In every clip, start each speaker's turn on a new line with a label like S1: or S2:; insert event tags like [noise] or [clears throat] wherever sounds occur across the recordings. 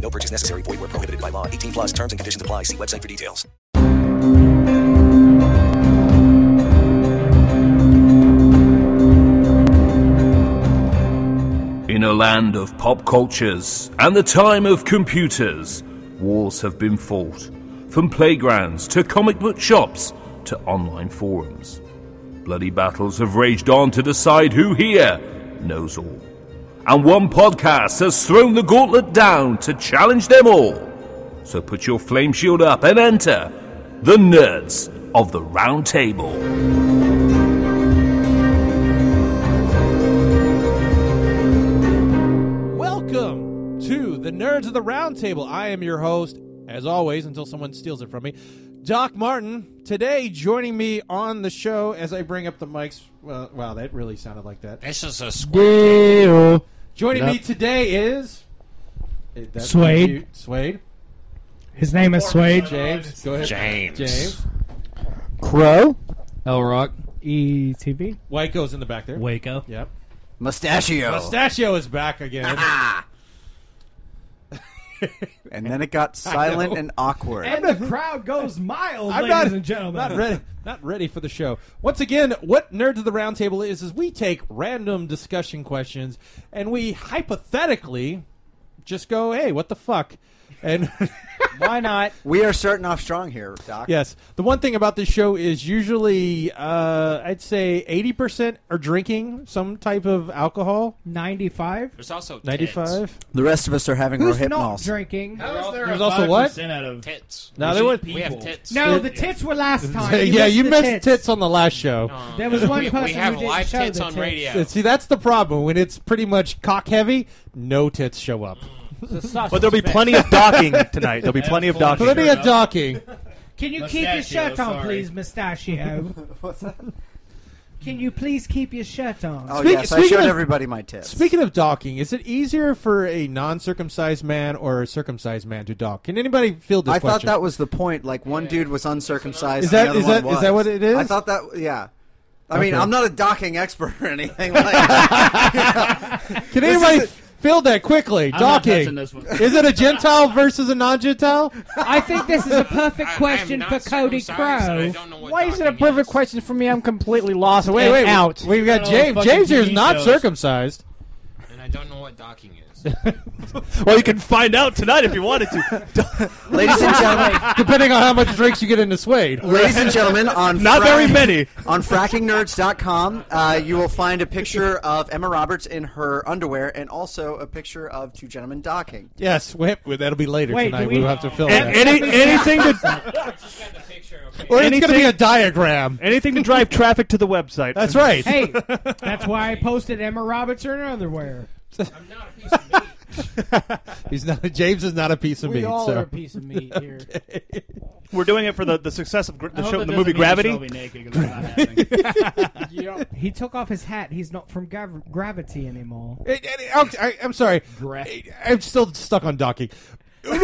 S1: No purchase necessary. Void where prohibited by law. 18 plus terms and conditions apply. See website for details.
S2: In a land of pop cultures and the time of computers, wars have been fought, from playgrounds to comic book shops to online forums. Bloody battles have raged on to decide who here knows all. And one podcast has thrown the gauntlet down to challenge them all. So put your flame shield up and enter the nerds of the round table.
S3: Welcome to the Nerds of the Roundtable. I am your host, as always, until someone steals it from me, Doc Martin. Today, joining me on the show as I bring up the mics. Well, wow, that really sounded like that.
S4: This is a
S3: Joining
S5: Yep.
S3: me today is eh, that-
S5: Suede.
S3: you- Suede.
S5: His name is Swage.
S3: James. Go ahead.
S4: James.
S3: James.
S5: Crow.
S6: L Rock.
S5: ETV.
S3: White goes in the back there.
S6: Waco.
S3: Yep.
S7: Mustachio.
S3: Mustachio is back again.
S7: [laughs] and then it got silent and awkward.
S5: And the crowd goes miles,
S3: I'm
S5: Oh, ladies
S3: not,
S5: and gentlemen.
S3: not ready. Not ready for the show. Once again, what Nerds of the Roundtable is is we take random discussion questions and we hypothetically just go, "Hey, what the fuck?" And
S5: [laughs] Why
S3: [laughs]
S5: not?
S7: we are starting off strong here, Doc.
S3: yes, the one thing about this show is usually uh, I'd say eighty percent are drinking some type of alcohol.
S5: 95.
S4: There's also tits.
S3: Ninety-five.
S7: The rest of us are having
S5: Who's not
S7: Rohypnols.
S5: drinking?
S3: There's also what?
S4: Tits.
S3: No, there was.
S4: We have tits.
S5: No, the tits were
S3: [laughs]
S5: last time.
S3: yeah, you
S5: the
S3: missed tits. on the last show.
S5: There was one
S4: we,
S5: person
S4: we have
S5: who didn't
S4: live
S5: show
S4: tits
S5: the
S4: on
S5: tits.
S4: radio.
S3: See, that's the problem when it's pretty much cock heavy. No tits show up.
S8: But there'll be plenty of
S9: [laughs]
S8: docking tonight. There'll be plenty of docking.
S3: Plenty of docking.
S5: Can you keep your shirt on, please,
S3: [laughs]
S5: Mustachio? Can you please keep your shirt on? [laughs]
S7: Oh,
S3: Speak-
S7: yes, I
S3: speaking
S7: showed
S3: of-
S7: everybody my tits.
S3: Speaking of docking, is it easier for a non-circumcised man or a circumcised man to dock? Can anybody field this
S7: I thought
S3: question?
S7: that was the point. Like, one dude was uncircumcised.
S3: Is that-
S7: the other
S3: is that-
S7: one
S3: is that
S7: was.
S3: what it is?
S7: I thought that, yeah. I mean,
S3: Okay.
S7: I'm not a docking expert or anything.
S3: [laughs]
S7: Like,
S3: Can anybody field that quickly? docking.
S6: touching this one.
S3: is it a Gentile
S5: [laughs]
S3: versus a non-Gentile?
S5: I think this
S3: [laughs]
S5: is a perfect
S4: I- I am
S5: question
S4: not
S5: for Cody
S4: circumcised, and I
S5: Crow.
S4: don't know what
S9: Why is it a
S4: docking
S9: perfect
S4: is.
S9: question for me? I'm completely lost
S3: Wait,
S9: and
S3: wait.
S9: out.
S3: We've got
S6: Oh,
S3: James.
S6: fucking
S3: James here is
S6: TV
S3: not
S6: shows.
S3: circumcised.
S4: And I don't know what docking is.
S8: Well, you can find out tonight if you wanted to.
S7: [laughs] ladies and gentlemen,
S3: [laughs] Depending on how much drinks you get into Suede.
S7: ladies and
S3: [laughs]
S7: gentlemen, on
S8: Not very
S7: Friday-
S8: many.
S7: [laughs] on frackingnerds.com, uh, you will find a picture of Emma Roberts in her underwear and also a picture of two gentlemen docking.
S3: Yes, we have, well, that'll be later
S5: Wait,
S3: tonight.
S5: do we-
S3: We'll
S8: [laughs]
S3: have to film
S8: A-
S3: that.
S8: any,
S3: [laughs]
S8: anything to
S3: or it's going to
S8: anything-
S3: be a diagram.
S8: anything to drive traffic to the website.
S3: That's right. [laughs]
S5: Hey, that's why I posted Emma Roberts in her underwear.
S4: I'm not a piece of meat.
S3: [laughs] He's not. James is not a piece of
S9: We
S3: meat.
S9: all
S3: so.
S9: are a piece
S3: [laughs]
S9: of meat here.
S8: We're doing it for the, the success of gr- the, show, the movie Gravity.
S3: [laughs]
S5: [laughs]
S8: [laughs]
S9: Yep.
S5: He took off his hat. He's not from Gav- Gravity anymore.
S3: Hey, hey, I'm, I, I'm sorry.
S9: Gra-
S3: I'm still stuck on docking. when,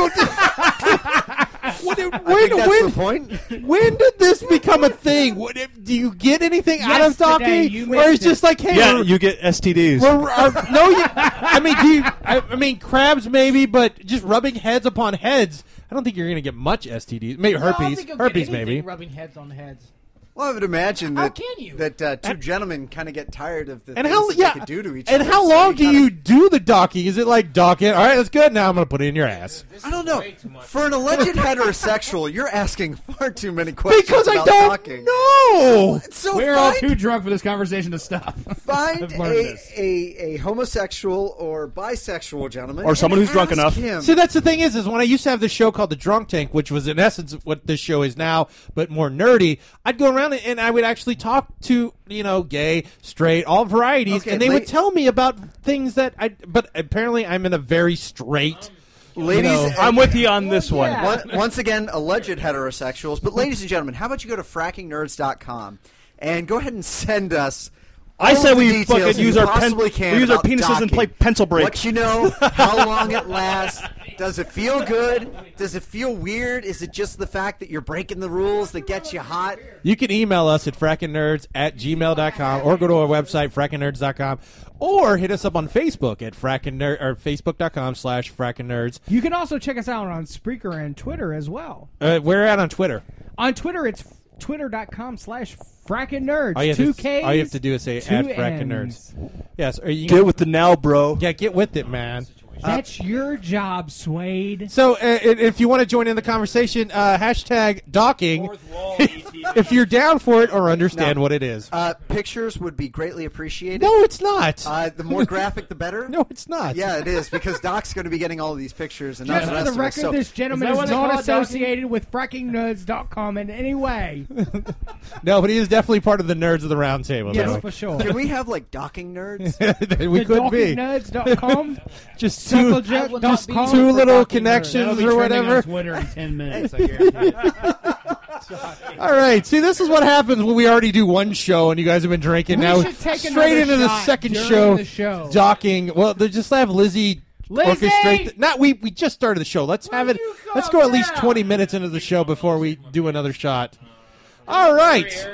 S3: when,
S7: I think that's
S3: when-
S7: the point.
S3: when did this become a thing? What, if- do you get anything out of
S5: Yesterday,
S3: docking,
S5: you
S3: or [laughs] it's
S5: missed
S3: just
S5: it.
S3: like, hey,
S8: Yeah,
S3: we're-
S8: you get STDs.
S3: we're- [laughs] uh, no, you, I mean, do you, I, I mean, crabs maybe, but just rubbing heads upon heads. I don't think you're gonna get much STDs. Maybe
S9: I don't
S3: herpes,
S9: think you'll get
S3: herpes
S9: anything
S3: maybe.
S9: Rubbing heads on heads.
S7: Well, I would imagine
S9: How
S7: that
S9: can you?
S7: that uh, two gentlemen kind of get tired of the
S3: And
S7: things
S3: how
S7: that
S3: yeah?
S7: they could do to each
S3: and
S7: other.
S3: how
S7: so
S3: long do
S7: kinda-
S3: you do the docking? Is it like docking? All right, that's good. Now I'm gonna put it in your ass.
S7: I don't know.
S4: Way too much.
S7: For an [laughs] alleged heterosexual, you're asking far too many questions
S3: Because I
S7: about
S3: don't
S7: docking.
S3: know.
S7: It's So
S6: We're all
S8: [laughs]
S7: find,
S6: too drunk for this conversation to stop.
S3: [laughs]
S7: find
S6: I've
S7: a,
S6: learned this.
S7: a a homosexual or bisexual gentleman,
S8: Or someone
S7: and
S8: who's drunk
S7: ask
S8: enough.
S7: him.
S3: See, that's the thing is, is when I used to have this show called The Drunk Tank, which was in essence what this show is now, but more nerdy. I'd go around and I would actually talk to you know, gay, straight, all varieties,
S7: Okay,
S3: and they
S7: la-
S3: would tell me about things that I. But apparently, I'm in a very straight.
S7: Ladies,
S8: No. I'm with you on this one.
S7: Once, once again, alleged heterosexuals. But ladies and gentlemen, how about you go to frackingnerds.com and go ahead and send us.
S8: I
S7: all
S8: say
S7: of the
S8: we
S7: details
S8: fucking
S7: you
S8: use our pen-
S7: possibly can
S8: we use our
S7: about
S8: penises and
S7: docking.
S8: play pencil break.
S7: What you know,
S8: [laughs]
S7: how long it lasts. Does it feel good? Does it feel weird? Is it just the fact that you're breaking the rules that gets you hot?
S3: You can email us at frackinnerds at gmail.com or go to our website, frackinnerds.com, or hit us up on Facebook at frackinnerds or facebook.com slash frackinnerds.
S5: You can also check us out on Spreaker and Twitter as well.
S3: Uh, we're out on Twitter.
S5: On Twitter, it's twitter.com slash frackin' nerds.
S3: All you, have
S5: Two
S3: to,
S5: Ks.
S3: all you have to do is say
S5: two
S3: at
S5: Ns.
S3: frackinnerds. Yes. Or you
S8: Get with the now, bro.
S3: yeah, get with it, man.
S5: That's your job, Suede.
S3: Uh, So, uh, i- if you want to join in the conversation, uh, hashtag docking. [laughs] if you're down for it or understand what it is.
S7: Uh, pictures would be greatly appreciated.
S3: no, it's not.
S7: Uh, the more graphic,
S8: [laughs]
S7: the better.
S3: no, it's not.
S7: Yeah, it is because Doc's going to be getting all of these pictures, and not
S5: Just
S7: the
S5: for the
S7: rest of us.
S5: record,
S7: So-
S5: this gentleman
S9: Is that
S5: is,
S9: what they call
S5: not
S9: it, Doc?
S5: associated with frackingnerds.com in any way.
S3: No, but he is definitely part of the nerds of the round table.
S5: yes,
S3: though.
S5: for sure.
S7: Can we have like
S3: [laughs]
S7: docking nerds?
S3: we could be. [laughs]
S5: Nerds.com.
S3: Just two,
S5: Sucklejet.com.
S3: just two little
S6: That'll
S3: connections
S6: be
S3: or
S6: trending on
S3: whatever.
S6: Twitter in ten minutes. I guarantee it.
S3: [laughs] All right. See, this is what happens when we already do one show and you guys have been drinking.
S5: We
S3: now
S5: should take
S3: straight
S5: another
S3: into the
S5: shot
S3: second
S5: during
S3: show,
S5: the show.
S3: Docking. Well, they just have Lizzie.
S5: Lizzie!
S3: Orchestrate the, not we we just started the show. Let's have it.
S5: you go
S3: Let's go at least
S5: now?
S3: twenty minutes into the show before we do another shot. All right.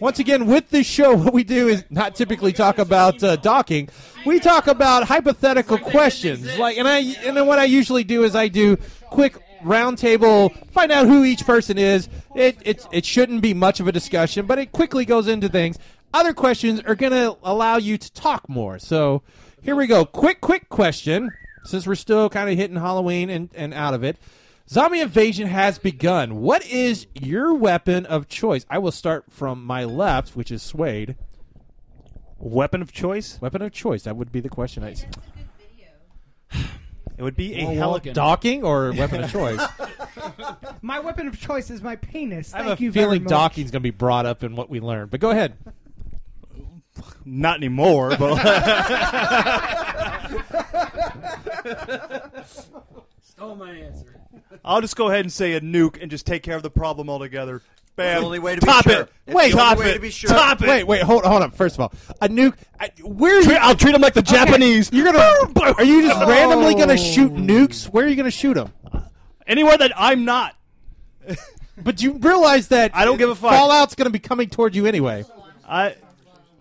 S3: Once again, with this show, what we do is not typically talk about uh, docking. We talk about hypothetical questions, like, and I and then what I usually do is I do quick roundtable, find out who each person is. It it it shouldn't be much of a discussion, but it quickly goes into things. Other questions are going to allow you to talk more. So here we go. Quick, quick question. Since we're still kind of hitting Halloween and, and out of it, Zombie invasion has begun. What is your weapon of choice? I will start from my left, which is suede.
S8: Weapon of choice?
S3: Weapon of choice. That would be the question. I
S8: It would be a
S6: Well,
S8: helicopter.
S6: walking.
S3: docking or weapon
S8: [laughs]
S3: of choice.
S5: [laughs] My weapon of choice is my penis.
S3: I
S5: Thank
S3: have a
S5: you very
S3: feeling
S5: much.
S3: docking's going to be brought up in what we learned. But go ahead.
S8: Not anymore,
S3: [laughs]
S8: but
S9: Stole
S3: [laughs]
S9: my answer.
S8: [laughs] I'll just go ahead and say a nuke and just take care of the problem altogether. Bam.
S7: It's the only way to be
S8: Top
S7: sure.
S8: it.
S7: It's
S3: Wait,
S7: the only
S3: top
S7: way
S8: it.
S7: to be sure.
S8: Top it.
S3: Wait, wait, hold, hold on. First of all, a nuke. I, where are
S8: Treat-
S3: you?
S8: I'll treat them like the Japanese.
S3: You're gonna? Are you just
S8: Oh.
S3: randomly gonna shoot nukes? Where are you gonna shoot them?
S8: Anywhere that I'm not.
S3: But you realize that
S8: I don't give a fuck.
S3: Fallout's gonna be coming toward you anyway.
S8: I,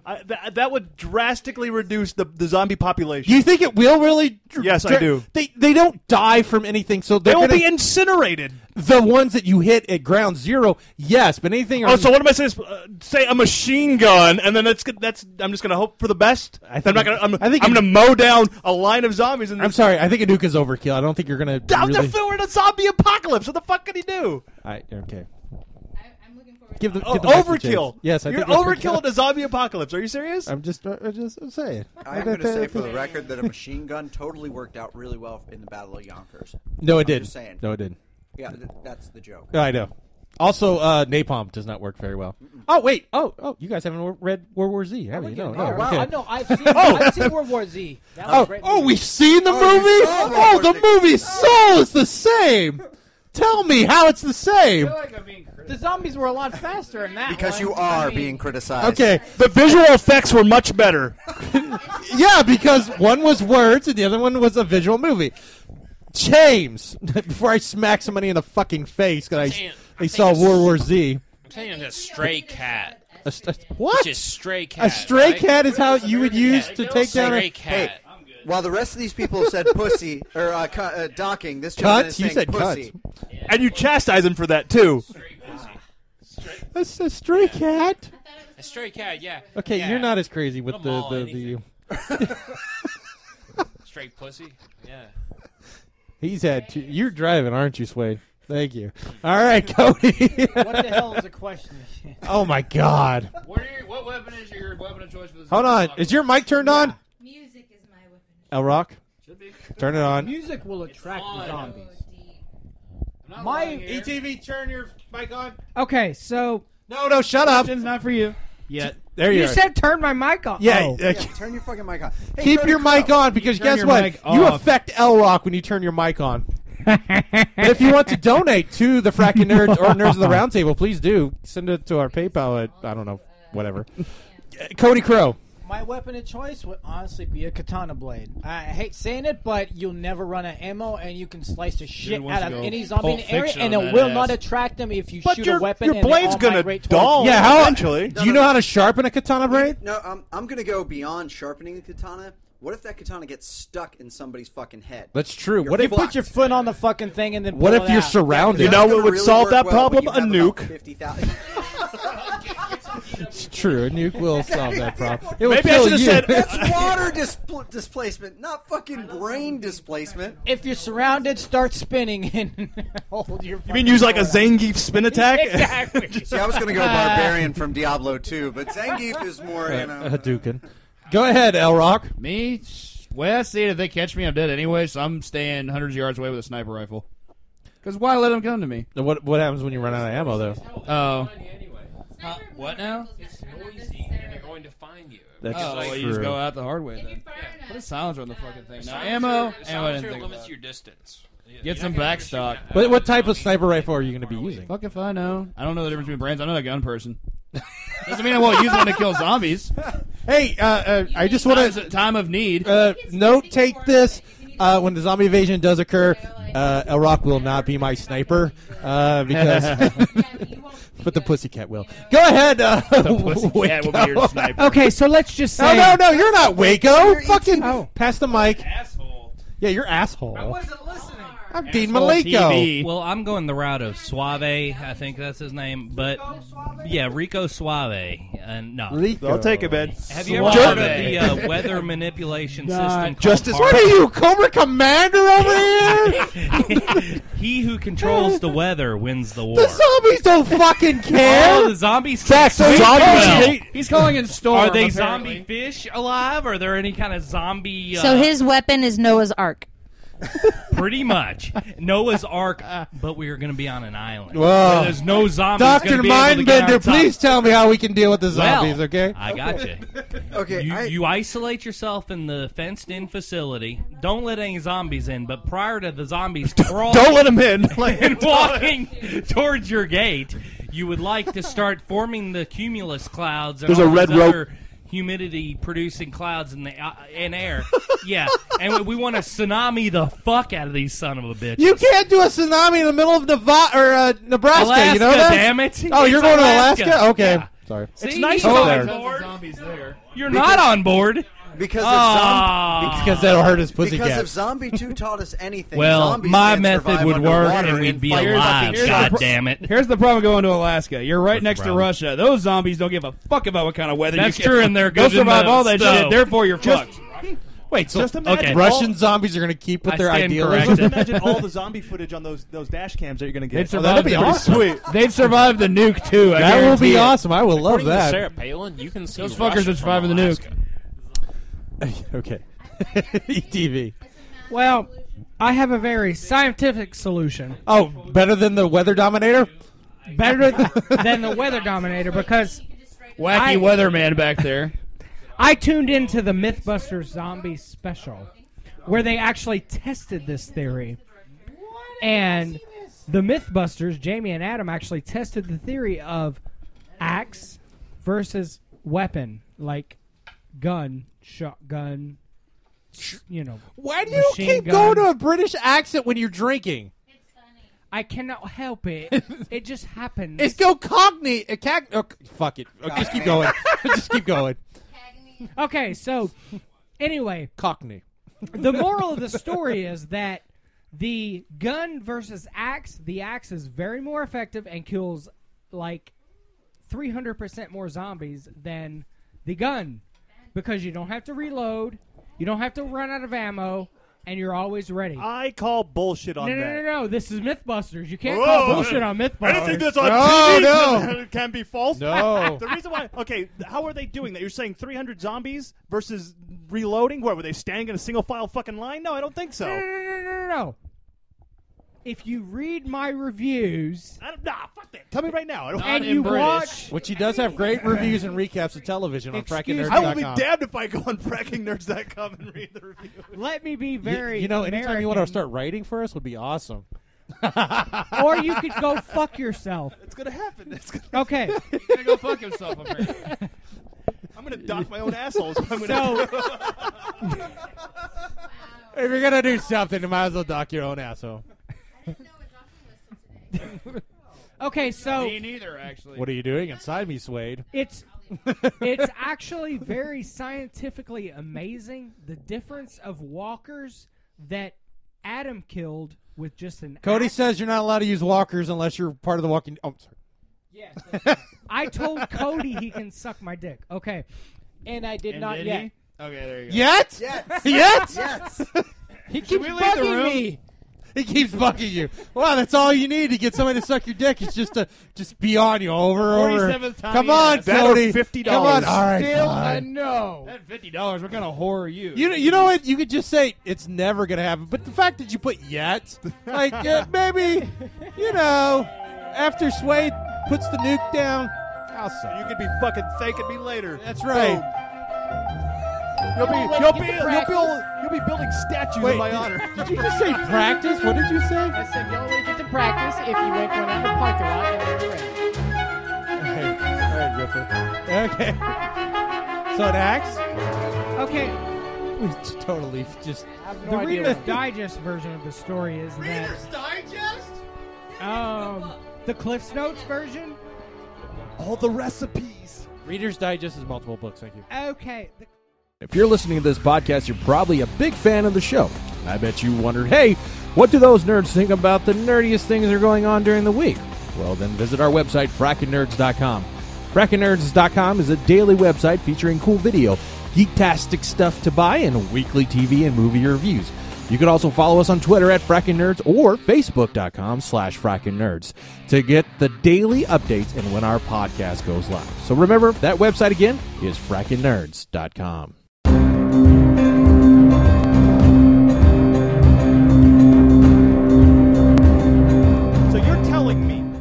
S8: I that, that would drastically reduce the, the zombie population.
S3: Do you think it will really? dr-
S8: Yes, I
S3: dr-
S8: do.
S3: They they don't die from anything, so
S8: they
S3: they're
S8: will
S3: gonna,
S8: be incinerated.
S3: the ones that you hit at ground zero. Yes, but anything.
S8: Oh, so what am I saying? Is, uh, say a machine gun, and then that's that's. I'm just gonna hope for the best.
S3: I think-
S8: I'm not gonna. I'm,
S3: I think
S8: I'm
S3: it-
S8: gonna mow down a line of zombies. And
S3: I'm sorry. I think a nuke is overkill. I don't think you're gonna.
S8: I'm
S3: really-
S8: the we're in a zombie apocalypse. What the fuck can he do?
S3: I, okay.
S10: I'm looking forward
S3: Give the,
S8: Oh,
S3: give the mic to
S8: overkill.
S3: James. Yes, I
S8: you're
S3: think
S8: overkill
S3: [laughs]
S8: in a zombie apocalypse. Are you serious?
S3: I'm just, I'm just I'm
S7: [laughs]
S3: saying.
S7: I'm going to say for the record that a machine gun totally worked out really well in the Battle of Yonkers.
S3: no, it
S7: I'm
S3: did.
S7: just saying.
S3: No, it did.
S7: Yeah, th- that's the joke.
S3: I know. Also, uh, napalm does not work very well. Oh wait. Oh, oh, you guys haven't wor- read World War Z, have you? No, no.
S9: Oh, wow.
S3: okay.
S9: I know.
S3: [laughs]
S9: I've seen, I've seen World War Z. That was
S3: Oh,
S9: great.
S3: oh, we've seen the movie.
S7: saw World
S3: Oh,
S7: War
S3: the
S7: Z.
S3: movie Soul is the same.
S7: [laughs]
S3: Tell me how it's the same.
S9: The zombies were a lot faster in that.
S7: Because
S9: one.
S7: you
S9: I
S7: are
S9: mean,
S7: being criticized.
S3: Okay,
S8: the visual effects were much better.
S3: [laughs] yeah, because one was words and the other one was a visual movie. James, [laughs] before I smack somebody in the fucking face because I,
S4: Damn,
S3: they
S4: I
S3: saw
S4: think it's-
S3: World War Z.
S4: I'm saying a stray cat.
S3: A st- what?
S4: Which is stray cat.
S3: A stray
S4: right?
S3: cat is how you would use to take down
S4: Stray
S3: a
S4: cat.
S7: Hey, while the rest of these people have said pussy [laughs] or uh, cu- uh, docking, this gentleman is
S3: cunt. You
S7: saying
S3: said
S7: pussy.
S3: cunt.
S8: And you chastise him for that too.
S3: That's a stray cat.
S4: A stray cat, yeah.
S3: Okay,
S4: Yeah.
S3: you're not as crazy with
S4: Come
S3: the
S4: on,
S3: the, the
S4: anything. [laughs] Stray pussy? Yeah.
S3: he's had. Two, you're driving, aren't you, Swade? Thank you. All right, [laughs] Cody.
S9: What the hell is the question?
S3: oh my God.
S10: What, are your, what weapon is your weapon of choice for this?
S3: Hold on. Is your mic turned on?
S10: to. Music is my weapon.
S3: El Rock, turn it on.
S9: Music will attract
S10: on.
S9: zombies.
S10: My
S3: ETV, E turn your mic on.
S5: Okay, so
S3: No, no, shut up.
S6: Yet
S3: There you
S5: you
S3: are.
S5: said turn my mic on.
S3: Yeah,
S5: Oh.
S3: uh, Yeah,
S7: turn your fucking mic on. Hey,
S3: Keep
S7: Brother
S3: your
S7: Crow,
S3: mic on because
S7: turn
S3: guess
S7: your
S3: what?
S7: mic
S3: You
S7: off.
S3: affect L Rock when you turn your mic [laughs] on. but if you want to donate to the [laughs] Fracking Nerds or Nerds of the Roundtable, please do. Send it to our PayPal at, I don't know, whatever. Uh, Cody Crow.
S9: My weapon of choice would honestly be a katana blade. I hate saying it, but you'll never run out of ammo, and you can slice the shit
S8: wants
S9: out
S8: to
S9: of
S8: go
S9: any zombie in
S8: Pulp
S9: the area,
S8: Fiction
S9: and
S8: on
S9: it
S8: that
S9: will
S8: ass.
S9: not attract them if you
S8: But
S9: shoot
S8: your-
S9: a weapon.
S8: your
S9: and they
S8: blade's
S9: all
S8: gonna
S9: migrate towards
S8: dull.
S9: you.
S3: yeah, how
S8: eventually.
S3: do you know how to sharpen a katana blade?
S7: No, um, I'm going to go beyond sharpening the katana. What if that katana gets stuck in somebody's fucking head?
S3: That's true.
S7: You're
S3: What
S9: You
S3: if [laughs]
S9: put your foot on the fucking thing and then.
S3: What
S9: pull
S3: if
S9: it
S3: you're
S9: out.
S3: surrounded?
S8: You know what would solve that problem? A nuke.
S7: Fifty thousand.
S3: It's true. A nuke will solve that problem. It will
S8: Maybe I
S3: kill
S8: should've
S3: you.
S8: said-
S7: That's water displ- displacement, not fucking brain displacement.
S9: If you're surrounded, start spinning
S11: [laughs]
S9: and hold your.
S8: You mean use like a Zangief spin attack?
S9: Exactly.
S7: See, I was going to
S11: [laughs]
S7: go barbarian [laughs] from Diablo 2, but Zangief is more, you know.
S3: Hadouken. Uh, Go ahead, L Rock.
S6: Me? Well, see, if they catch me, I'm dead anyway, so I'm staying hundreds of yards away with a sniper rifle. Because why let them come to me?
S3: What what happens when you run out of ammo though? Uh,
S6: Oh.
S10: Huh?
S6: What now?
S10: It's noisy, and they're going to find you.
S3: That's
S6: oh, well, you just
S3: true.
S6: go out the hard way then.
S10: Yeah.
S6: Put a
S4: uh,
S6: silencer on the fucking thing. Now, ammo, ammo, I didn't think
S4: limits
S6: about.
S4: your distance. Yeah, you're
S6: Get some
S4: not gonna
S6: black
S4: shoot
S6: stock.
S4: that.
S3: But what type of sniper rifle are you going to be using?
S6: Fuck if I know. I don't know the difference between brands. I'm not a gun person. Doesn't mean I won't use one to kill zombies.
S3: Hey, uh, uh, I just want
S6: Times-
S3: to
S6: time of need.
S3: uh, note take this. Uh, when the zombie invasion does occur, uh, El Rock will not be my sniper uh, because,
S11: [laughs]
S3: but the pussycat will. Go ahead. Uh, the
S6: pussycat will be your sniper.
S5: Okay, so let's just
S3: No,
S5: say.
S3: no, no! You're not Waco.
S7: You're
S3: Fucking
S5: Oh.
S3: pass the mic.
S11: Asshole.
S3: Yeah, you're asshole.
S9: wasn't listening.
S3: [laughs] I'm Dean Malenko.
S11: Well, I'm going the route of Suave. I think that's his name. But yeah, Rico Suave. And no,
S3: Rico.
S8: I'll take it, man.
S11: have you ever
S8: Suave.
S11: heard of the uh, weather manipulation
S8: Nah,
S11: system? called
S8: Justice-
S11: Parker?
S3: What are you, Cobra Commander over
S11: [laughs]
S3: here?
S11: he who controls the weather
S3: [laughs]
S11: wins the war.
S3: The zombies don't fucking
S11: Oh,
S3: care.
S11: the zombies.
S3: Sex,
S11: Well,
S3: zombies hate-
S6: He's calling in storm.
S11: Are they
S6: apparently.
S11: zombie fish alive? Are there any kind of zombie? Uh,
S12: So his weapon is Noah's Ark.
S11: pretty much Noah's Ark, but we are going to be on an island.
S3: Whoa.
S11: Where there's no zombies.
S3: Doctor
S11: gonna be able to get on
S3: Mindbender,
S11: top.
S3: please tell me how we can deal with the
S11: Well,
S3: zombies. okay.
S11: I got
S7: [laughs] Okay,
S11: you. You,
S7: I,
S11: you isolate yourself in the fenced-in facility. Don't let any zombies in. But prior to
S3: [laughs]
S11: the zombies crawling
S8: Don't let him in.
S11: and walking towards your gate, you would like to start forming the cumulus clouds. And
S8: There's
S11: all
S8: a red
S11: these
S8: rope.
S11: other Humidity-producing clouds in the uh, in air, yeah, and we, we want to tsunami the fuck out of these son of a bitch.
S3: You can't do a tsunami in the middle of Nevada or uh, Nebraska.
S11: Alaska,
S3: you know that?
S11: damn it.
S3: Oh, you're
S11: It's
S3: going
S11: Alaska.
S3: to Alaska? Okay.
S11: Yeah.
S3: Sorry.
S11: See,
S8: nice
S11: he's
S3: out
S11: on
S3: there.
S11: board.
S6: Zombies there.
S11: You're not on board.
S7: because
S11: Ah.
S7: if zombie,
S3: Because that'll hurt his pussy
S7: because if
S3: cat.
S7: Zombie 2 taught us
S11: [laughs]
S7: anything,
S11: Well,
S7: zombies
S11: my
S7: can't
S11: method
S7: survive
S11: would work,
S7: underwater
S11: and we'd be
S7: fight
S11: alive.
S7: fucking zombies.
S11: God damn it!
S6: Here's the problem going to Alaska. You're right next to
S11: problem?
S6: Russia. Those zombies don't give a fuck about what kind of weather
S11: That's
S6: you get.
S11: true, and they're
S6: They'll
S11: good in
S6: survive
S11: the
S6: all that
S11: snow.
S6: shit. Therefore, you're fucked.
S3: Wait, so
S8: Just imagine
S11: okay.
S8: all-
S3: Russian zombies are going to keep with
S11: I
S3: their
S11: stand
S3: idealism?
S8: Just imagine
S6: [laughs]
S8: all the zombie footage on those those dash cams that you're gonna
S6: They'd
S8: get.
S6: survive the nuke. They'd survive the nuke too. I
S3: That will be
S6: guarantee it.
S3: awesome. I will love
S4: According to
S3: that.
S4: Sarah Palin, you can see
S6: Those
S4: Russia
S6: fuckers would
S4: from
S6: survive the nuke.
S4: Alaska.
S3: [laughs] okay. E ETV.
S5: Well, I have a very scientific solution.
S3: Oh, better than the Weather Dominator?
S5: Better th- than the Weather Dominator because
S6: Wacky
S5: I-
S6: weatherman back there.
S5: I tuned into the MythBusters Zombie Special, where they actually tested this theory, and the MythBusters, Jamie and Adam, actually tested the theory of axe versus weapon, like gun, shotgun, you know.
S3: Why do you
S5: Machine
S3: keep
S5: gun.
S3: going to a British accent when you're drinking?
S5: I cannot help
S3: [laughs]
S5: it. It just happens.
S3: It's go Cockney. Uh, cac- oh, c- fuck it. Oh, just keep going. [laughs] just keep going.
S5: okay, so anyway,
S3: Cockney.
S5: the moral of the story is that the gun versus axe, the axe is very more effective and kills like 300% more zombies than the gun because you don't have to reload, you don't have to run out of ammo, and you're always ready.
S8: I call bullshit on
S5: no, no,
S8: that.
S5: no, no. This is Mythbusters. You can't
S8: Whoa.
S5: call bullshit on Mythbusters.
S8: Anything that's on
S3: No,
S8: TV
S3: no.
S8: can- can be [laughs] false.
S3: No.
S8: [laughs] the reason why, okay, how are they doing that? You're saying 300 zombies versus reloading? What, were they standing in a single file fucking line? No, I don't think so.
S5: No, no, no, no, no, no. if you read my reviews,
S8: I don't, nah, fuck that. Tell me right now. I don't,
S5: and you watch
S3: Which he does have great reviews and recaps of television on fracking
S8: I will be damned if I go on [laughs] frackingnerds.com and read the review.
S5: Let me be
S3: You, know, anytime you want to start writing for us would be awesome.
S5: or you could go fuck yourself.
S8: It's gonna happen. It's gonna
S5: [laughs] Okay.
S8: He's gonna go fuck himself. I'm, I'm gonna dock my own assholes. I'm gonna
S3: [laughs] If you're gonna do something, you might as well dock your own asshole.
S5: Okay, so
S6: me neither. Actually,
S3: What are you doing inside me, Suede?
S5: It's it's actually very scientifically amazing the difference of walkers that Adam killed with just
S3: [laughs]
S5: an
S3: Cody says you're not allowed to use walkers unless you're part of the walking. Oh, I'm sorry.
S5: Yes. I told Cody he can suck my dick. Okay.
S9: And I did
S6: And
S9: not
S6: did
S9: yet.
S6: he? Okay, there you go.
S3: Yet?
S9: Yet?
S8: [laughs]
S3: Yet?
S9: Yes.
S3: He
S9: keeps bugging me.
S3: He keeps bugging you. Wow, that's all you need to get somebody to suck your dick is just to just be on you over and over.
S6: 47th time
S3: Come
S6: he
S3: on,
S6: asked. That or
S3: Cody. Come on.
S6: $50.
S3: All right,
S6: Still
S3: fine.
S6: a
S9: no.
S6: That fifty dollars. What kind of whore are you?
S3: You know, you know what? You could just say it's never gonna happen. But the fact that you put yet,
S8: [laughs]
S3: like uh, maybe, you know, after Suede puts the nuke down, I'll suck.
S8: You could be fucking thanking me later.
S3: That's right.
S8: You'll be
S3: Wait,
S8: you'll
S3: get
S8: be
S3: the
S8: you'll,
S3: practice.
S8: build, you'll be building statues
S3: Wait,
S8: in my
S3: did-
S8: honor.
S3: Did you just say practice? What did you say?
S9: I said you only get to practice if you went one out the parking lot and then you ran.
S3: Okay. So it acts.
S5: Okay.
S3: It's totally just.
S5: the Reader's Digest version of the story is that
S6: Digest.
S5: um, the Cliff's Notes version.
S8: All the recipes.
S3: Reader's Digest is multiple books. Thank you.
S5: Okay, the-
S13: If you're listening to this podcast, you're probably a big fan of the show. And I bet you wondered, hey, what do those nerds think about the nerdiest things that are going on during the week? Well, then visit our website, frackinnerds.com. Frackinnerds.com is a daily website featuring cool video, geektastic stuff to buy, and weekly TV and movie reviews. You can also follow us on Twitter at frackinnerds or facebook.com slash frackinnerds to get the daily updates and when our podcast goes live. So remember, that website again is frackinnerds.com.
S8: So you're telling me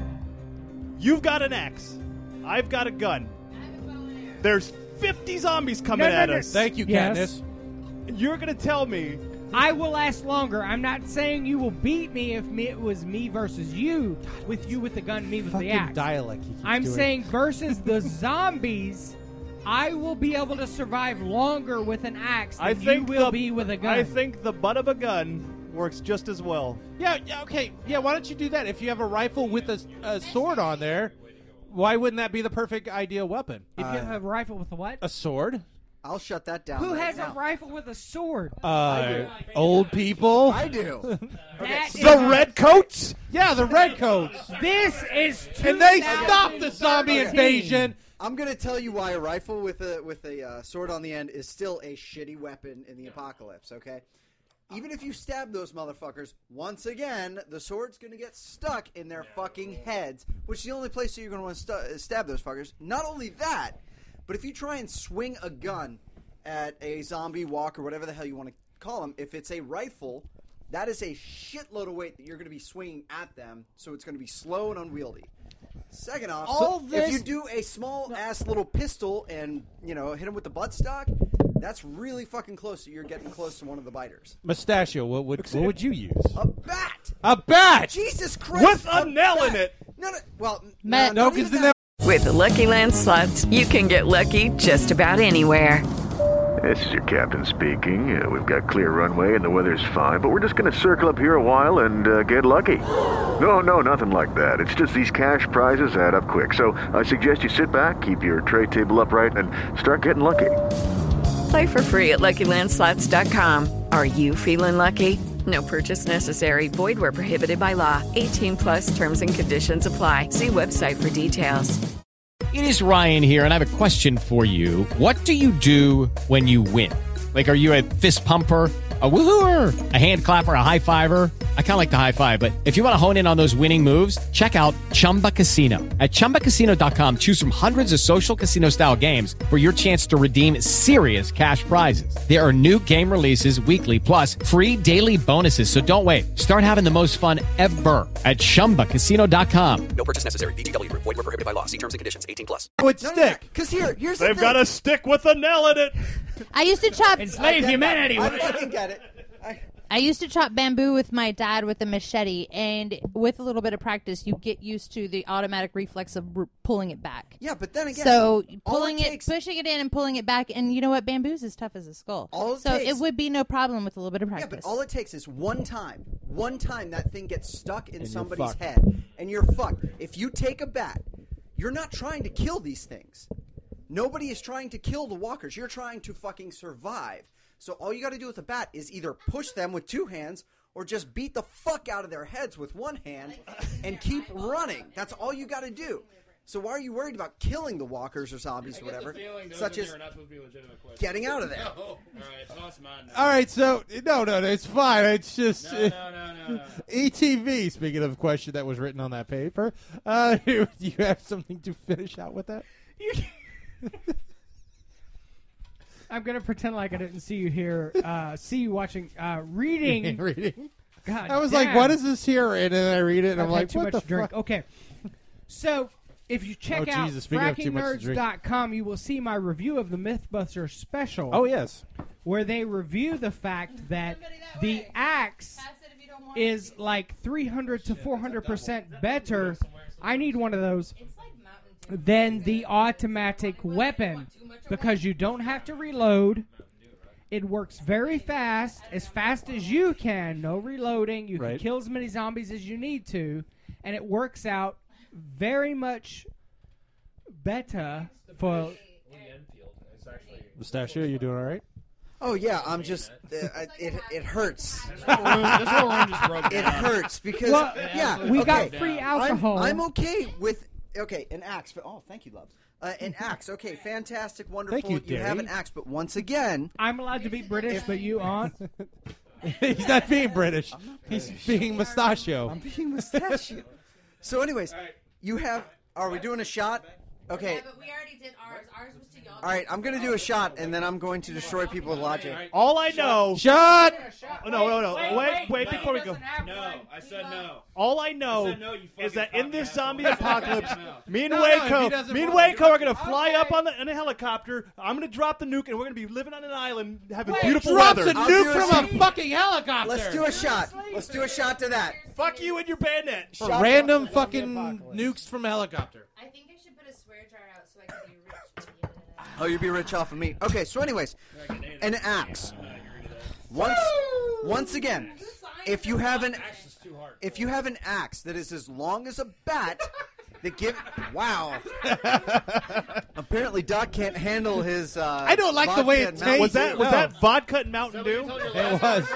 S8: you've got an axe, I've got a gun. There's 50 zombies coming
S5: no,
S8: at
S5: no.
S8: us.
S5: Thank you, Yes.
S8: You're gonna tell me
S5: I will last longer. I'm not saying you will beat me if me, it was me versus you, with you with the gun, me with the axe.
S3: dialect. he keeps
S5: I'm
S3: doing.
S5: saying versus the zombies, I will be able to survive longer with an axe than
S8: I think
S5: you will
S8: the,
S5: be with a gun.
S8: I think the butt of a gun works just as well.
S3: Yeah, yeah, okay. Yeah, why don't you do that? If you have a rifle with a, a sword on there, why wouldn't that be the perfect ideal weapon?
S5: if
S8: Uh,
S5: you have a rifle with a what?
S3: A sword?
S7: I'll shut that down.
S5: Who
S7: right
S5: has
S7: now.
S5: a rifle with a sword?
S3: Uh, old people?
S7: I do.
S5: [laughs] That is-
S8: The redcoats?
S3: Yeah, the redcoats.
S5: This is too.
S3: And they stopped the zombie invasion.
S7: I'm gonna tell you why a rifle with a with a uh, sword on the end is still a shitty weapon in the apocalypse. Okay, even if you stab those motherfuckers once again, the sword's gonna get stuck in their fucking heads, which is the only place that you're gonna want to stu- uh, stab those fuckers. Not only that, but if you try and swing a gun at a zombie walk or whatever the hell you want to call them, if it's a rifle. That is a shitload of weight that you're going to be swinging at them, so it's going to be slow and unwieldy. Second off,
S9: All
S7: so
S9: this-
S7: if you do a small ass little pistol and you know hit him with the buttstock, that's really fucking close. So you're getting close to one of the biters.
S3: Mustachio, what would what would you use?
S7: A bat.
S3: A bat.
S7: Jesus Christ!
S8: With a nail in it.
S7: No, no. Well,
S14: Matt- No,
S7: no, not
S14: 'cause
S7: even
S3: then
S7: that.
S14: With the Lucky Land slots, you can get lucky just about anywhere.
S15: This is your captain speaking. Uh, we've got clear runway and the weather's fine, but we're just going to circle up here a while and uh, get lucky. No, no, nothing like that. It's just these cash prizes add up quick. So I suggest you sit back, keep your tray table upright, and start getting lucky.
S14: Play for free at LuckyLandSlots.com. Are you feeling lucky? No purchase necessary. Void where prohibited by law. 18 plus terms and conditions apply. See website for details.
S16: It is Ryan here, and I have a question for you. What do you do when you win? Like, are you a fist pumper, a woohooer, a hand clapper, a high fiver? I kind of like the high five, but if you want to hone in on those winning moves, check out Chumba Casino. At chumbacasino.com, choose from hundreds of social casino style games for your chance to redeem serious cash prizes. There are new game releases weekly, plus free daily bonuses. So don't wait. Start having the most fun ever at chumbacasino.com.
S17: No purchase necessary. VGW Group. Void where prohibited by law. See terms and conditions. 18 plus.
S3: Would
S7: stick. Because here, here's the
S8: They've
S7: thing.
S8: got a stick with a nail in it.
S12: I used to chop
S7: I get that. I fucking get it.
S12: I used to chop bamboo with my dad with a machete, and with a little bit of practice, you get used to the automatic reflex of r- pulling it back.
S7: Yeah, but then again,
S12: so
S7: all
S12: pulling
S7: it
S12: it,
S7: takes-
S12: pushing it in, and pulling it back, and you know what? Bamboo's as tough as a skull.
S7: All it
S12: so
S7: takes-
S12: it would be no problem with a little bit of
S7: Yeah,
S12: practice.
S7: but all it takes is one time. One time that thing gets stuck in
S12: And you're
S7: somebody's
S12: fucked.
S7: head, and you're fucked. If you take a bat, you're not trying to kill these things. Nobody is trying to kill the walkers. You're trying to fucking survive. So all you got to do with a bat is either push them with two hands or just beat the fuck out of their heads with one hand and keep running. That's all you got to do. So why are you worried about killing the walkers or zombies or whatever? Such as getting out of there.
S10: All right, toss mine.
S3: All right, so no, no, no, it's fine. It's just no, no, no, no, [laughs] ETV. Speaking of a question that was written on that paper, uh, [laughs] do you have something to finish out with that?
S5: I'm gonna pretend like I didn't see you here. Uh, see you watching, uh, reading,
S3: [laughs] reading.
S5: God,
S3: I was like,
S5: damn.
S3: "What is this here?" And then I read it, and
S5: I've
S3: am
S5: had
S3: like,
S5: too
S3: "What
S5: much
S3: the
S5: to drink.
S3: fuck?"
S5: Okay, so if you check
S3: Oh,
S5: out
S3: Jesus, speaking of too much to drink.
S5: frackingnerds.com, you will see my review of the MythBusters special.
S3: Oh, yes.
S5: where they review the fact that the axe is like 300 to 400 percent better. I need one of those. Than the automatic weapon because you don't have to reload. It works very fast, as fast as you can. No reloading. You can
S3: Right.
S5: kill as many zombies as you need to, and it works out very much better for.
S3: Oh. Mustachio, you doing all right?
S7: Oh yeah, I'm just. Uh, I- it it hurts.
S3: This whole room just broke
S7: It
S3: down.
S7: hurts because
S3: Well,
S7: yeah,
S3: we
S7: okay.
S3: got free
S7: I'm-
S3: alcohol.
S7: I'm, okay with okay an axe. Oh, thank you, love. Uh, an axe. Okay, fantastic, wonderful.
S5: Thank you,
S7: have
S5: Daddy.
S7: an axe, but once again,
S5: I'm allowed to be British, but you aren't.
S3: [laughs]
S7: [laughs]
S3: He's not being British. He's being mustachio.
S7: I'm being mustachio. so, anyways, you have. Are we doing a shot? Okay.
S12: but we already did ours. Ours was to y'all.
S7: All right, I'm gonna do a shot, and then I'm going to destroy people with logic.
S8: All I know.
S3: Shot.
S8: Oh, no, no, no. Wait,
S7: Wait,
S8: wait,
S7: wait,
S8: before we go.
S10: No, I said no.
S8: All I know
S10: I said no, you
S8: is that in this zombie apocalypse, me
S10: [laughs]
S8: and
S10: No, no, if he
S8: Waco,
S10: doesn't
S8: me and
S10: want to
S8: Waco
S10: do
S8: are gonna fly up on the, in a helicopter. I'm gonna drop the nuke, and we're gonna be living on an island, having
S3: Wait,
S8: beautiful
S3: drops
S8: weather.
S3: a I'll nuke do a from a shot. fucking helicopter.
S7: Let's do a shot. Let's do a shot to that.
S8: Fuck you and your bandit.
S3: For random fucking nukes from a helicopter.
S12: I think I should put a swear jar out so I can be rich.
S7: Oh, you'd be rich off of me. Okay, so anyways, an axe. Once, once again, if you have an if you have an axe that is as long as a bat, that give wow. Apparently, Doc can't handle his. Uh,
S8: I don't like the way
S7: vodka
S8: it
S7: and Mountain
S8: tastes. Was that-
S7: Dew. Oh.
S8: was No. that vodka and Mountain Dew?
S3: It was.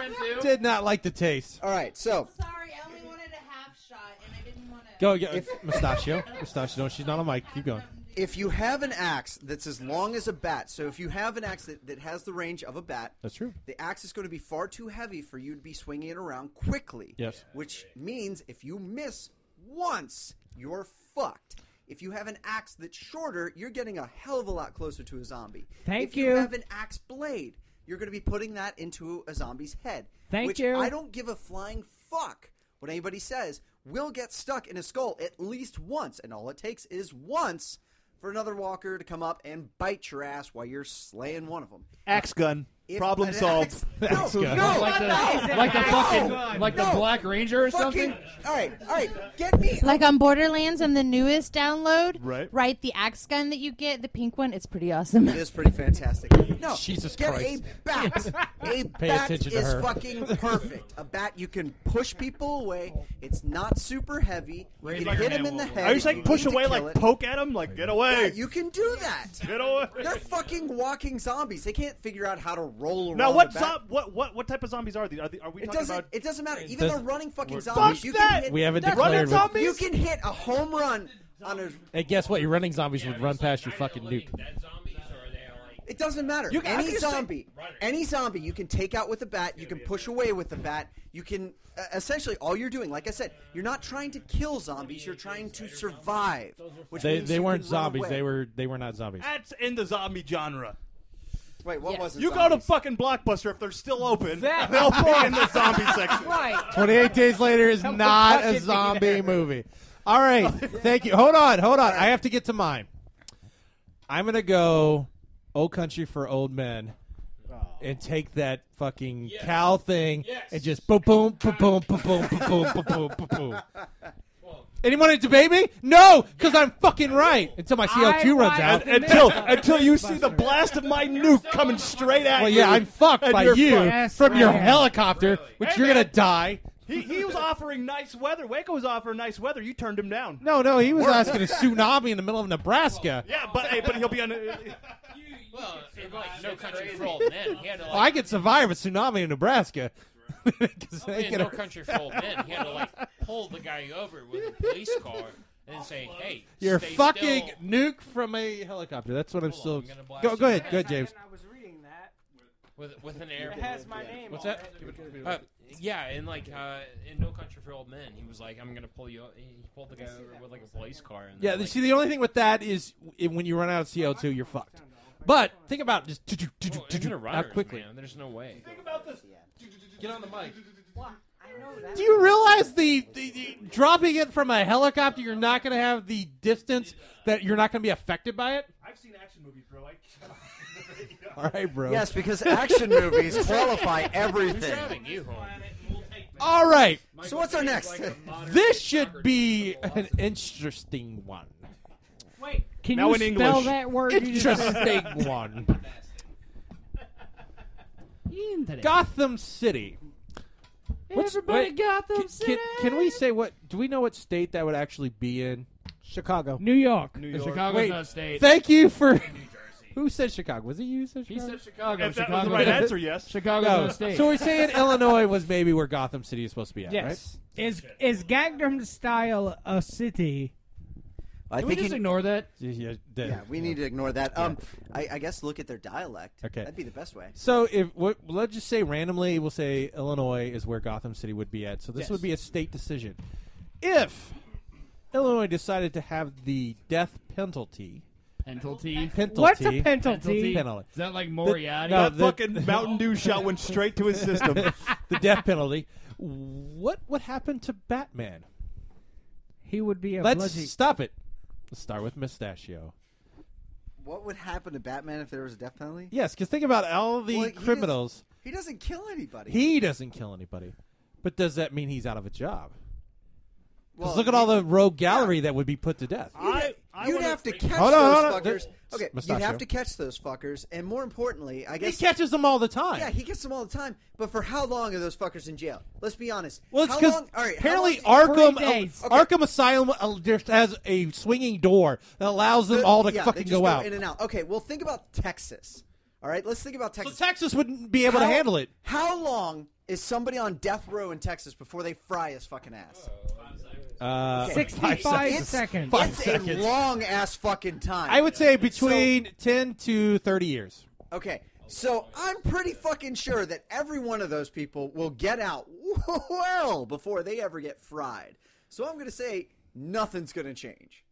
S3: Did not like the taste.
S7: All right, so
S12: Sorry, I only wanted a half shot, and I didn't want to.
S3: Go, go mustachio. Mustachio. No, she's not on mic. Keep going.
S7: if um, you have an axe that's as long as a bat, so if you have an axe that, that has the range of a bat,
S3: That's true.
S7: the axe is going to be far too heavy for you to be swinging it around quickly.
S3: Yes.
S7: Which means if you miss once, you're fucked. If you have an axe that's shorter, you're getting a hell of a lot closer to a zombie.
S5: Thank
S7: if you.
S5: you.
S7: have an axe blade, you're going to be putting that into a zombie's head.
S5: Thank
S7: which
S5: you.
S7: I don't give a flying fuck what anybody says. We'll get stuck in a skull at least once, and all it takes is once for another walker to come up and bite your ass while you're slaying one of them.
S8: Axe gun.
S7: If
S8: Problem
S7: an
S8: solved.
S7: axe- No, no,
S6: Like the- [laughs]
S7: no,
S6: like the
S7: no,
S6: fucking- like the
S7: no,
S6: Black Ranger or
S7: fucking-
S6: something?
S7: All right, all right, get me.
S12: Like on Borderlands on the newest download,
S7: Right.
S12: Right, the axe gun that you get, the pink one, it's pretty
S7: [laughs]
S12: awesome.
S7: It is pretty fantastic. No,
S3: Jesus
S7: get
S3: Christ.
S7: a bat.
S3: Pay
S7: A bat
S3: attention to
S7: is
S3: her.
S7: fucking perfect. A bat you can push people away. It's not super heavy. You
S8: Raise
S7: can
S8: like
S7: hit
S8: a
S7: them in the
S8: man,
S7: head.
S8: I was like,
S7: You
S8: push
S7: need to
S8: away,
S7: kill
S8: like
S7: it.
S8: poke at him, like get away.
S7: Yeah, you can do that.
S8: Get away.
S7: They're fucking walking zombies. They can't figure out how to roll around.
S8: Now what,
S7: the bat.
S8: zo- what what what type of zombies are these? Are, the, are we
S7: It
S8: talking
S7: doesn't.
S8: about?
S7: It doesn't matter.
S8: It
S7: Even the
S8: doesn't-
S7: running fucking
S8: Fuck
S7: zombies. you can
S8: that!
S7: hit,
S3: We haven't That's declared running with-
S7: You can hit a home run on a.
S3: Hey, guess what? Your running zombies would run past your fucking nuke.
S7: It doesn't matter.
S9: You can- I
S7: any
S9: can just say-
S7: zombie, any zombie, you can take out with a bat. You can push away with a bat. You can uh, essentially all you're doing, like I said, you're not trying to kill zombies. You're trying to survive. Which
S3: they
S7: means
S3: they
S7: you
S3: weren't
S7: can run
S3: zombies.
S7: away.
S3: They were they were
S8: [laughs]
S3: not zombies.
S8: That's in the zombie genre.
S7: Wait, what was it?
S8: You go to fucking Blockbuster if they're still open.
S7: That-
S8: they'll be in the zombie section.
S9: Right.
S13: 28 Days Later is
S8: Don't
S13: not
S8: fucking
S13: a
S8: be
S13: zombie
S8: there.
S13: movie. All
S8: [laughs]
S13: right. Thank you. Hold on. Hold on. I have to get to mine.
S3: I'm gonna go "O Country for Old Men"
S8: Oh.
S3: and take that fucking cow thing and just boom, boom, boom, boom, boom, boom, boom, boom, boom, boom, boom, boom. Anyone to debate me? No, because I'm fucking right until my
S8: I
S3: CO2 runs
S8: watched
S3: out.
S8: the Until- until you see the blast of my nuke coming straight at
S3: Well,
S8: you.
S3: yeah, I'm fucked
S8: And
S3: by
S8: you're
S3: you
S8: fucked. Yes,
S3: from your
S8: right.
S3: helicopter, which
S8: Hey,
S3: you're gonna
S8: man.
S3: die.
S8: He, he was offering nice weather. Waco was offering nice weather. You turned him down.
S3: No, no, he was asking a tsunami in the middle of Nebraska.
S8: [laughs] Yeah, but hey, but he'll be on. [laughs] A,
S10: Well, it was no country for old men. He had to like,
S3: Well, I could survive a tsunami in Nebraska. [laughs] 'Cause
S10: I
S3: they
S10: mean,
S3: could-
S10: Oh, no
S3: [laughs]
S10: country for old men. He had to like pull the guy over with a police car and say, "Hey,
S3: You're
S10: stay
S3: fucking
S10: still."
S3: nuke from a helicopter. That's what I'm still.
S10: I'm gonna blast
S3: go,
S10: you.
S3: go ahead, go ahead, James.
S9: I was reading that.
S10: with with an air.
S9: It has my name
S10: What's
S9: on
S10: that?
S9: it. Give it to me.
S10: Uh, yeah, and like uh, in No Country for Old Men, he was like, "I'm gonna pull you." o- He pulled the guy over with like a police car. And
S3: Yeah,
S10: then, like,
S3: see, the only thing with that is i- when you run out of CO2, you're fucked. But think about just do, do, do, do, do,
S10: Engine
S3: do,
S10: of
S3: how
S10: runners,
S3: quickly.
S10: man, there's no way.
S8: Think about this.
S3: Get on the mic.
S9: Do
S3: Do you realize the, the, the dropping it from a helicopter? You're not going to have the distance that you're not going to be affected by it.
S8: I've seen action movies, bro. I
S3: [laughs]
S8: [laughs]
S3: All right, bro.
S7: Yes, because action movies qualify everything.
S3: All right.
S7: So what's our next?
S3: This should be an interesting one.
S5: Wait, can you
S3: Now in
S5: spell
S3: English.
S5: that word? you just-
S3: Interesting
S5: [laughs]
S3: one. Gotham City.
S5: Everybody Gotham
S3: can, City. Can, we say what? Do we know what state that would actually be in?
S9: Chicago,
S5: New York,
S3: New
S6: York. Chicago's
S3: Wait,
S6: not a state.
S3: Thank you for. [laughs] Who said Chicago? Was it you? who Said
S6: He
S3: Chicago?
S6: said Chicago.
S8: If that
S6: Chicago.
S8: was the right answer, yes.
S6: Chicago's
S3: No.
S6: not a state.
S3: So we're saying Illinois was maybe where Gotham City is supposed to be at,
S5: Yes. Is is Gangnam Style a city?
S7: I Can we think just you- ignore
S6: that?
S3: right? Yeah,
S7: Yeah, we need to ignore that. Um, I, I guess look at their dialect.
S3: Okay.
S7: that'd be the best way.
S3: So if what, let's just say randomly, we'll say Illinois is where Gotham City would be at. So this
S7: Yes.
S3: would be a state decision. If Illinois decided to have the death penalty,
S6: Penalty.
S3: penalty,
S5: What's a penalty?
S3: Penalty.
S6: Is that like Moriarty?
S3: no,
S6: That
S3: the- [laughs]
S6: fucking Mountain
S8: Dew shot went straight to his system.
S3: the death penalty. What would happen to
S7: [laughs]
S3: Batman?
S5: He would be a
S3: Let's
S5: bloody-
S3: stop it. Let's start with Mustachio.
S7: What would happen to Batman if there was a death penalty?
S3: Yes, because think about all the
S7: Well, he does-
S3: criminals.
S7: He doesn't kill anybody.
S3: He doesn't kill anybody, but does that mean he's out of a job? Because
S7: Well,
S3: look at all the rogue gallery that would be put to death.
S7: You'd, you'd have to catch
S3: Hold on,
S7: those
S3: hold on.
S7: fuckers.
S3: There-
S7: Okay,
S3: Mustachio.
S7: you'd have to catch those fuckers, and more importantly, I
S3: He
S7: guess
S3: catches them all the time.
S7: Yeah, he gets them all the time. But for how long are those fuckers in jail? Let's be honest.
S3: Well, it's
S7: How
S3: because
S7: long- all right, how
S3: apparently
S7: long do you-
S3: Arkham uh, Arkham Asylum uh, just has a swinging door that allows them
S7: The-
S3: all to
S7: yeah, they
S3: fucking
S7: just
S3: go out.
S7: in and out. Okay, well, think about Texas. All right, let's think about Texas.
S3: So Texas wouldn't be able to handle it.
S7: How long is somebody on death row in Texas before they fry his fucking ass?
S3: Uh,
S7: Okay.
S3: [laughs] five
S7: It's-
S5: seconds.
S3: Five
S7: it's
S3: seconds.
S7: a long ass fucking time.
S3: I would say between ten to thirty years.
S7: Okay, so I'm pretty fucking sure that every one of those people will get out [laughs] well before they ever get fried. So I'm going to say nothing's going to change.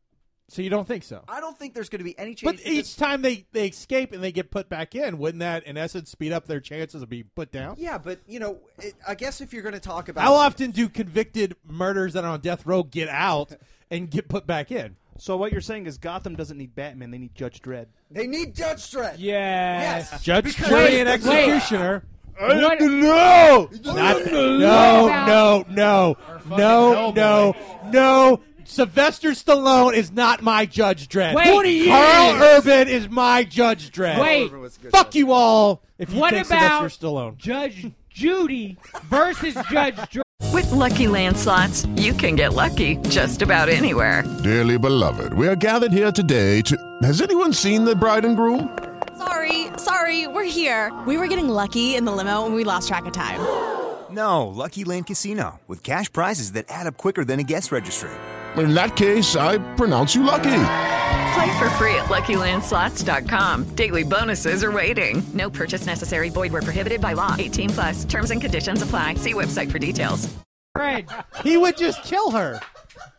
S3: So you don't think so?
S7: I don't think there's going to be any change.
S3: But each time they, they escape and they get put back in, wouldn't that in essence speed up their chances of being put down?
S7: yeah, but you know, it, I guess if you're going to talk about
S3: How often do convicted murders that are on death row get out and get put back in?
S8: So what you're saying is Gotham doesn't need Batman; they need Judge Dredd.
S7: They need Judge Dredd.
S8: Yes.
S9: Yes.
S3: Judge
S8: Because-
S3: Jury
S8: Wait, wait. [laughs]
S3: and executioner.
S8: I
S3: Not-
S8: don't know.
S3: Not- no, no, no, no, no, no. Sylvester Stallone is not my Judge Dredd.
S5: Wait. What he
S3: Carl
S5: is.
S3: Urban is my Judge Dredd.
S5: Wait.
S3: fuck you all. If you
S5: what
S3: take
S5: about
S3: Sylvester Stallone,
S5: Judge Judy versus Judge Dre?
S14: With Lucky Land slots, you can get lucky just about anywhere.
S18: Dearly beloved, we are gathered here today to. Has anyone seen the bride and groom?
S19: Sorry, sorry, we're here. We were getting lucky in the limo and we lost track of time.
S20: No, Lucky Land Casino, with cash prizes that add up quicker than a guest registry.
S18: In that case, I pronounce you lucky.
S14: Play for free at LuckyLandSlots.com. Daily bonuses are waiting. No purchase necessary. Void were prohibited by law. 18 plus. Terms and conditions apply. See website for details.
S3: Right. He would just kill her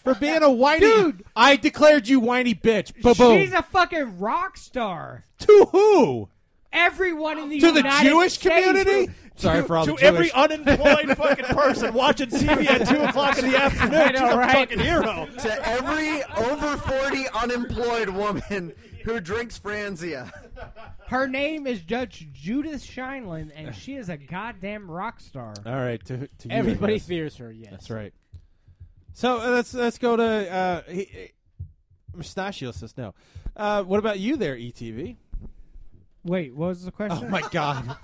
S3: for being a whiny. Dude, I declared you whiny bitch. Ba-boom.
S5: She's a fucking rock star.
S3: to who?
S5: Everyone in the
S3: To the
S5: United
S3: Jewish
S5: States [laughs]
S3: community?
S5: would-
S3: Sorry for all
S8: to
S3: the
S8: every
S3: Jewish-
S8: unemployed fucking person watching TV at two o'clock [laughs]
S7: [laughs]
S8: in the afternoon. She's a fucking hero.
S7: to every over forty unemployed woman who drinks Franzia.
S5: Her name is Judge Judith Shineland, and she is a goddamn rock star.
S3: All right. To, to you, I
S9: Everybody
S3: guess.
S9: fears her, yes.
S3: That's right. So uh, let's let's go to uh, he, he- Mustachio says no. Uh, what about you there, ETV?
S5: Wait, what was the question?
S3: Oh my
S5: [laughs]
S3: god.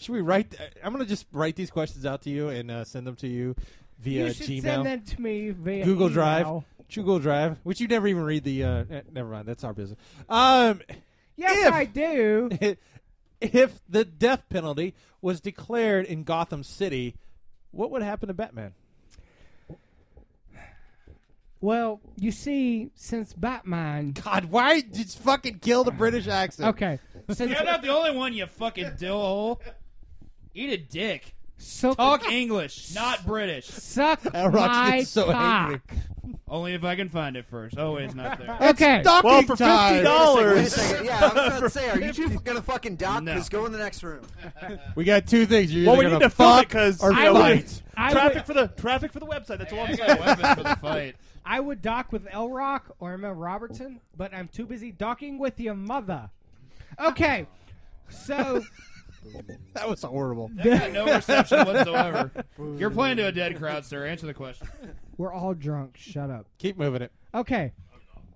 S3: Should we write? th- I'm gonna just write these questions out to you and uh, send them to you via
S5: you should
S3: Gmail,
S5: send that to me via
S3: Google
S5: email.
S3: Drive, Google Drive, which you never even read the. Uh, eh, never mind, that's our business. Um,
S5: Yes, I do.
S3: [laughs] If the death penalty was declared in Gotham City, what would happen to Batman?
S5: Well, you see, since Batman,
S3: God, why did you fucking kill the British accent?
S5: Okay, since
S6: You're not the only one, you fucking dillhole. Eat a dick.
S5: So- [laughs]
S6: Talk English, not British.
S5: Suck That rock's my getting so cock.
S6: Only if I can find it first. Always not there.
S5: [laughs] Okay. It's docking
S6: Well, for
S5: time.
S6: fifty
S7: Wait a
S6: dollars.
S7: second. Yeah, I was gonna say,
S5: [laughs]
S7: are you two gonna fucking dock? Because go in the next room.
S3: We got two things. You're
S8: well,
S3: either
S8: we need
S3: gonna
S8: to film it
S3: fuck
S8: because
S3: or fight.
S8: traffic for the traffic for the website. That's all I'm saying.
S5: I would dock with L Rock or Emma Robertson, but I'm too busy docking with your mother. Okay, so
S3: [laughs] That was horrible.
S6: That got no reception whatsoever. You're playing to a dead crowd, sir. Answer the question.
S5: we're all drunk. Shut up.
S3: Keep moving it.
S5: Okay,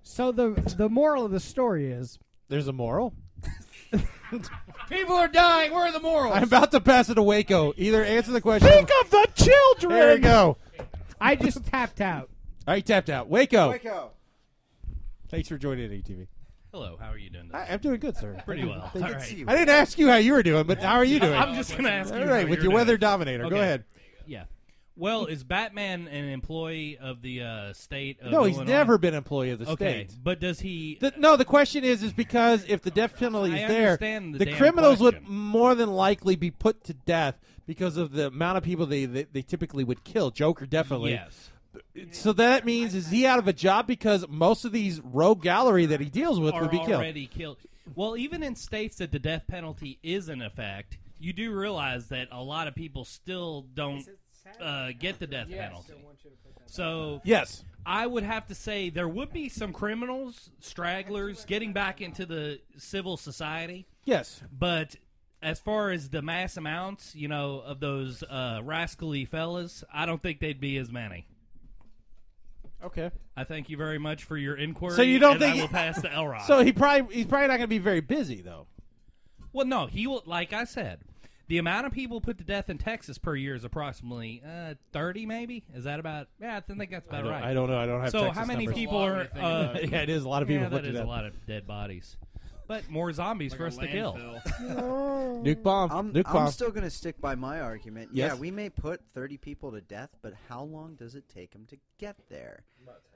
S5: so the the moral of the story is
S3: There's a moral.
S6: People are dying. Where are the morals?
S3: I'm about to pass it to Waco. Either answer the question.
S6: Think of the children!
S3: There you go.
S5: I just tapped out.
S3: All right, tapped out. Waco.
S7: Waco.
S3: Thanks for joining ATV.
S11: Hello, how are you doing?
S3: I, I'm doing good, sir.
S11: Pretty well. All right.
S3: I didn't ask you how you were doing, but how are you doing?
S11: I'm just going to ask you.
S3: All right,
S11: how
S3: with
S11: you're
S3: your
S11: doing.
S3: weather dominator. Go
S11: Okay.
S3: ahead.
S11: Yeah. Well, is Batman an employee of the uh, state? Of
S3: No, he's
S11: Illinois?
S3: never been employee of the
S11: okay,
S3: state.
S11: But does he?
S3: The, no, the question is, is because if the death penalty
S11: I
S3: is there,
S11: understand the damn
S3: criminals would more than likely be put to death because of the amount of people they they, they typically would kill. Joker definitely.
S11: Yes.
S3: So that means is he out of a job because most of these rogue gallery that he deals with
S11: are
S3: would be killed.
S11: already killed. Well, even in states that the death penalty is in effect, you do realize that a lot of people still don't uh, get the death penalty. So
S3: Yes.
S11: I would have to say there would be some criminals, stragglers, getting back into the civil society.
S3: Yes.
S11: But as far as the mass amounts, you know, of those uh, rascally fellas, I don't think they'd be as many.
S3: Okay.
S11: I thank you very much for your inquiry.
S3: So you don't
S11: and
S3: think
S11: I will pass
S3: [laughs]
S11: to Elrod?
S3: So he probably he's probably not going to be very busy though.
S11: Well, no, he will. Like I said, the amount of people put to death in Texas per year is approximately uh, thirty, maybe. Is that about? Yeah, I think that's
S3: I
S11: about
S3: don't-
S11: right.
S3: I don't know. I don't have
S11: So
S3: Texas
S11: how many
S3: numbers.
S11: people are?
S3: It's a lot when you
S11: Uh,
S3: think about it. [laughs] Yeah, it is a lot of people
S11: Yeah,
S3: put
S11: that
S3: to
S11: is
S3: death.
S11: a
S7: [laughs]
S11: lot of dead bodies, but more zombies for us to
S3: [laughs]
S11: kill.
S7: [laughs]
S11: [laughs]
S3: Nuke bomb.
S7: I'm,
S3: Nuke
S7: I'm
S3: bomb.
S7: still going to stick by my argument.
S3: Yes.
S7: Yeah, we may put 30 people to death, but how long does it take them to get there?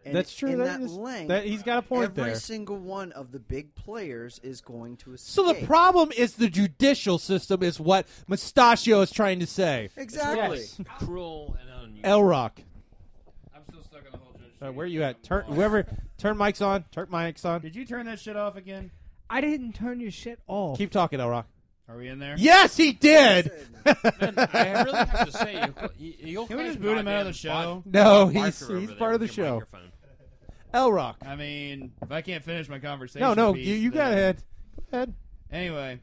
S7: And
S3: That's true.
S7: In
S3: That
S7: that,
S3: is-
S7: length,
S3: that- he's got a point
S7: every
S3: there.
S7: single one of the big players is going to
S3: So
S7: escape.
S3: the problem is the judicial system is what Mustachio is trying to say.
S7: Exactly.
S10: Cruel and unusual.
S3: L Rock.
S10: I'm still stuck on the whole judge.
S3: Uh, where are you at? Turn whoever turn mics on. Turn mics on.
S6: Did you turn that shit off again?
S5: I didn't turn your shit off.
S3: Keep talking, L Rock.
S6: Are we in there?
S3: Oh. Yes, he did. [laughs]
S10: I really have to say, you, you'll
S6: Can we
S10: find
S6: just boot him out of the
S10: goddamn
S6: show?
S3: no, he's he's part of the show. L Rock.
S6: I mean, if I can't finish my conversation,
S3: No, no,
S6: piece,
S3: you you
S6: then-
S3: got ahead. Go ahead.
S6: Anyway,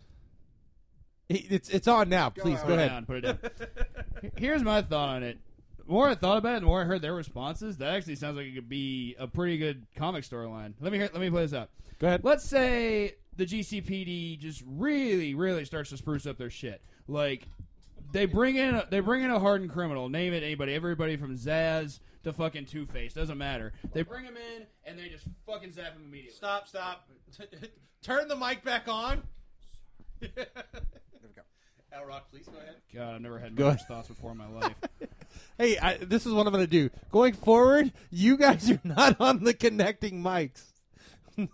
S3: He- It's it's on now. Ah, Please
S6: Put
S3: go
S6: it
S3: ahead.
S6: down, put it down. Here's my thought on it. The more I thought about it, the more I heard their responses. That actually sounds like it could be a pretty good comic storyline. Let me hear. Let me play this out.
S3: Go ahead.
S6: Let's say the GCPD just really, really starts to spruce up their shit. Like they bring in, a, they bring in a hardened criminal. Name it anybody, everybody from Zaz to fucking Two Face. Doesn't matter. They bring him in and they just fucking zap him immediately.
S3: Stop! Stop! [laughs] Turn the mic back on. there we
S6: [laughs]
S3: go. L Rock, please go ahead.
S6: God, I've never had
S3: Go
S6: much
S3: ahead.
S6: thoughts before in my life.
S3: [laughs] Hey, I,
S6: [laughs]
S3: this [laughs] is what I'm going to do. Going forward, you guys are not on the connecting mics.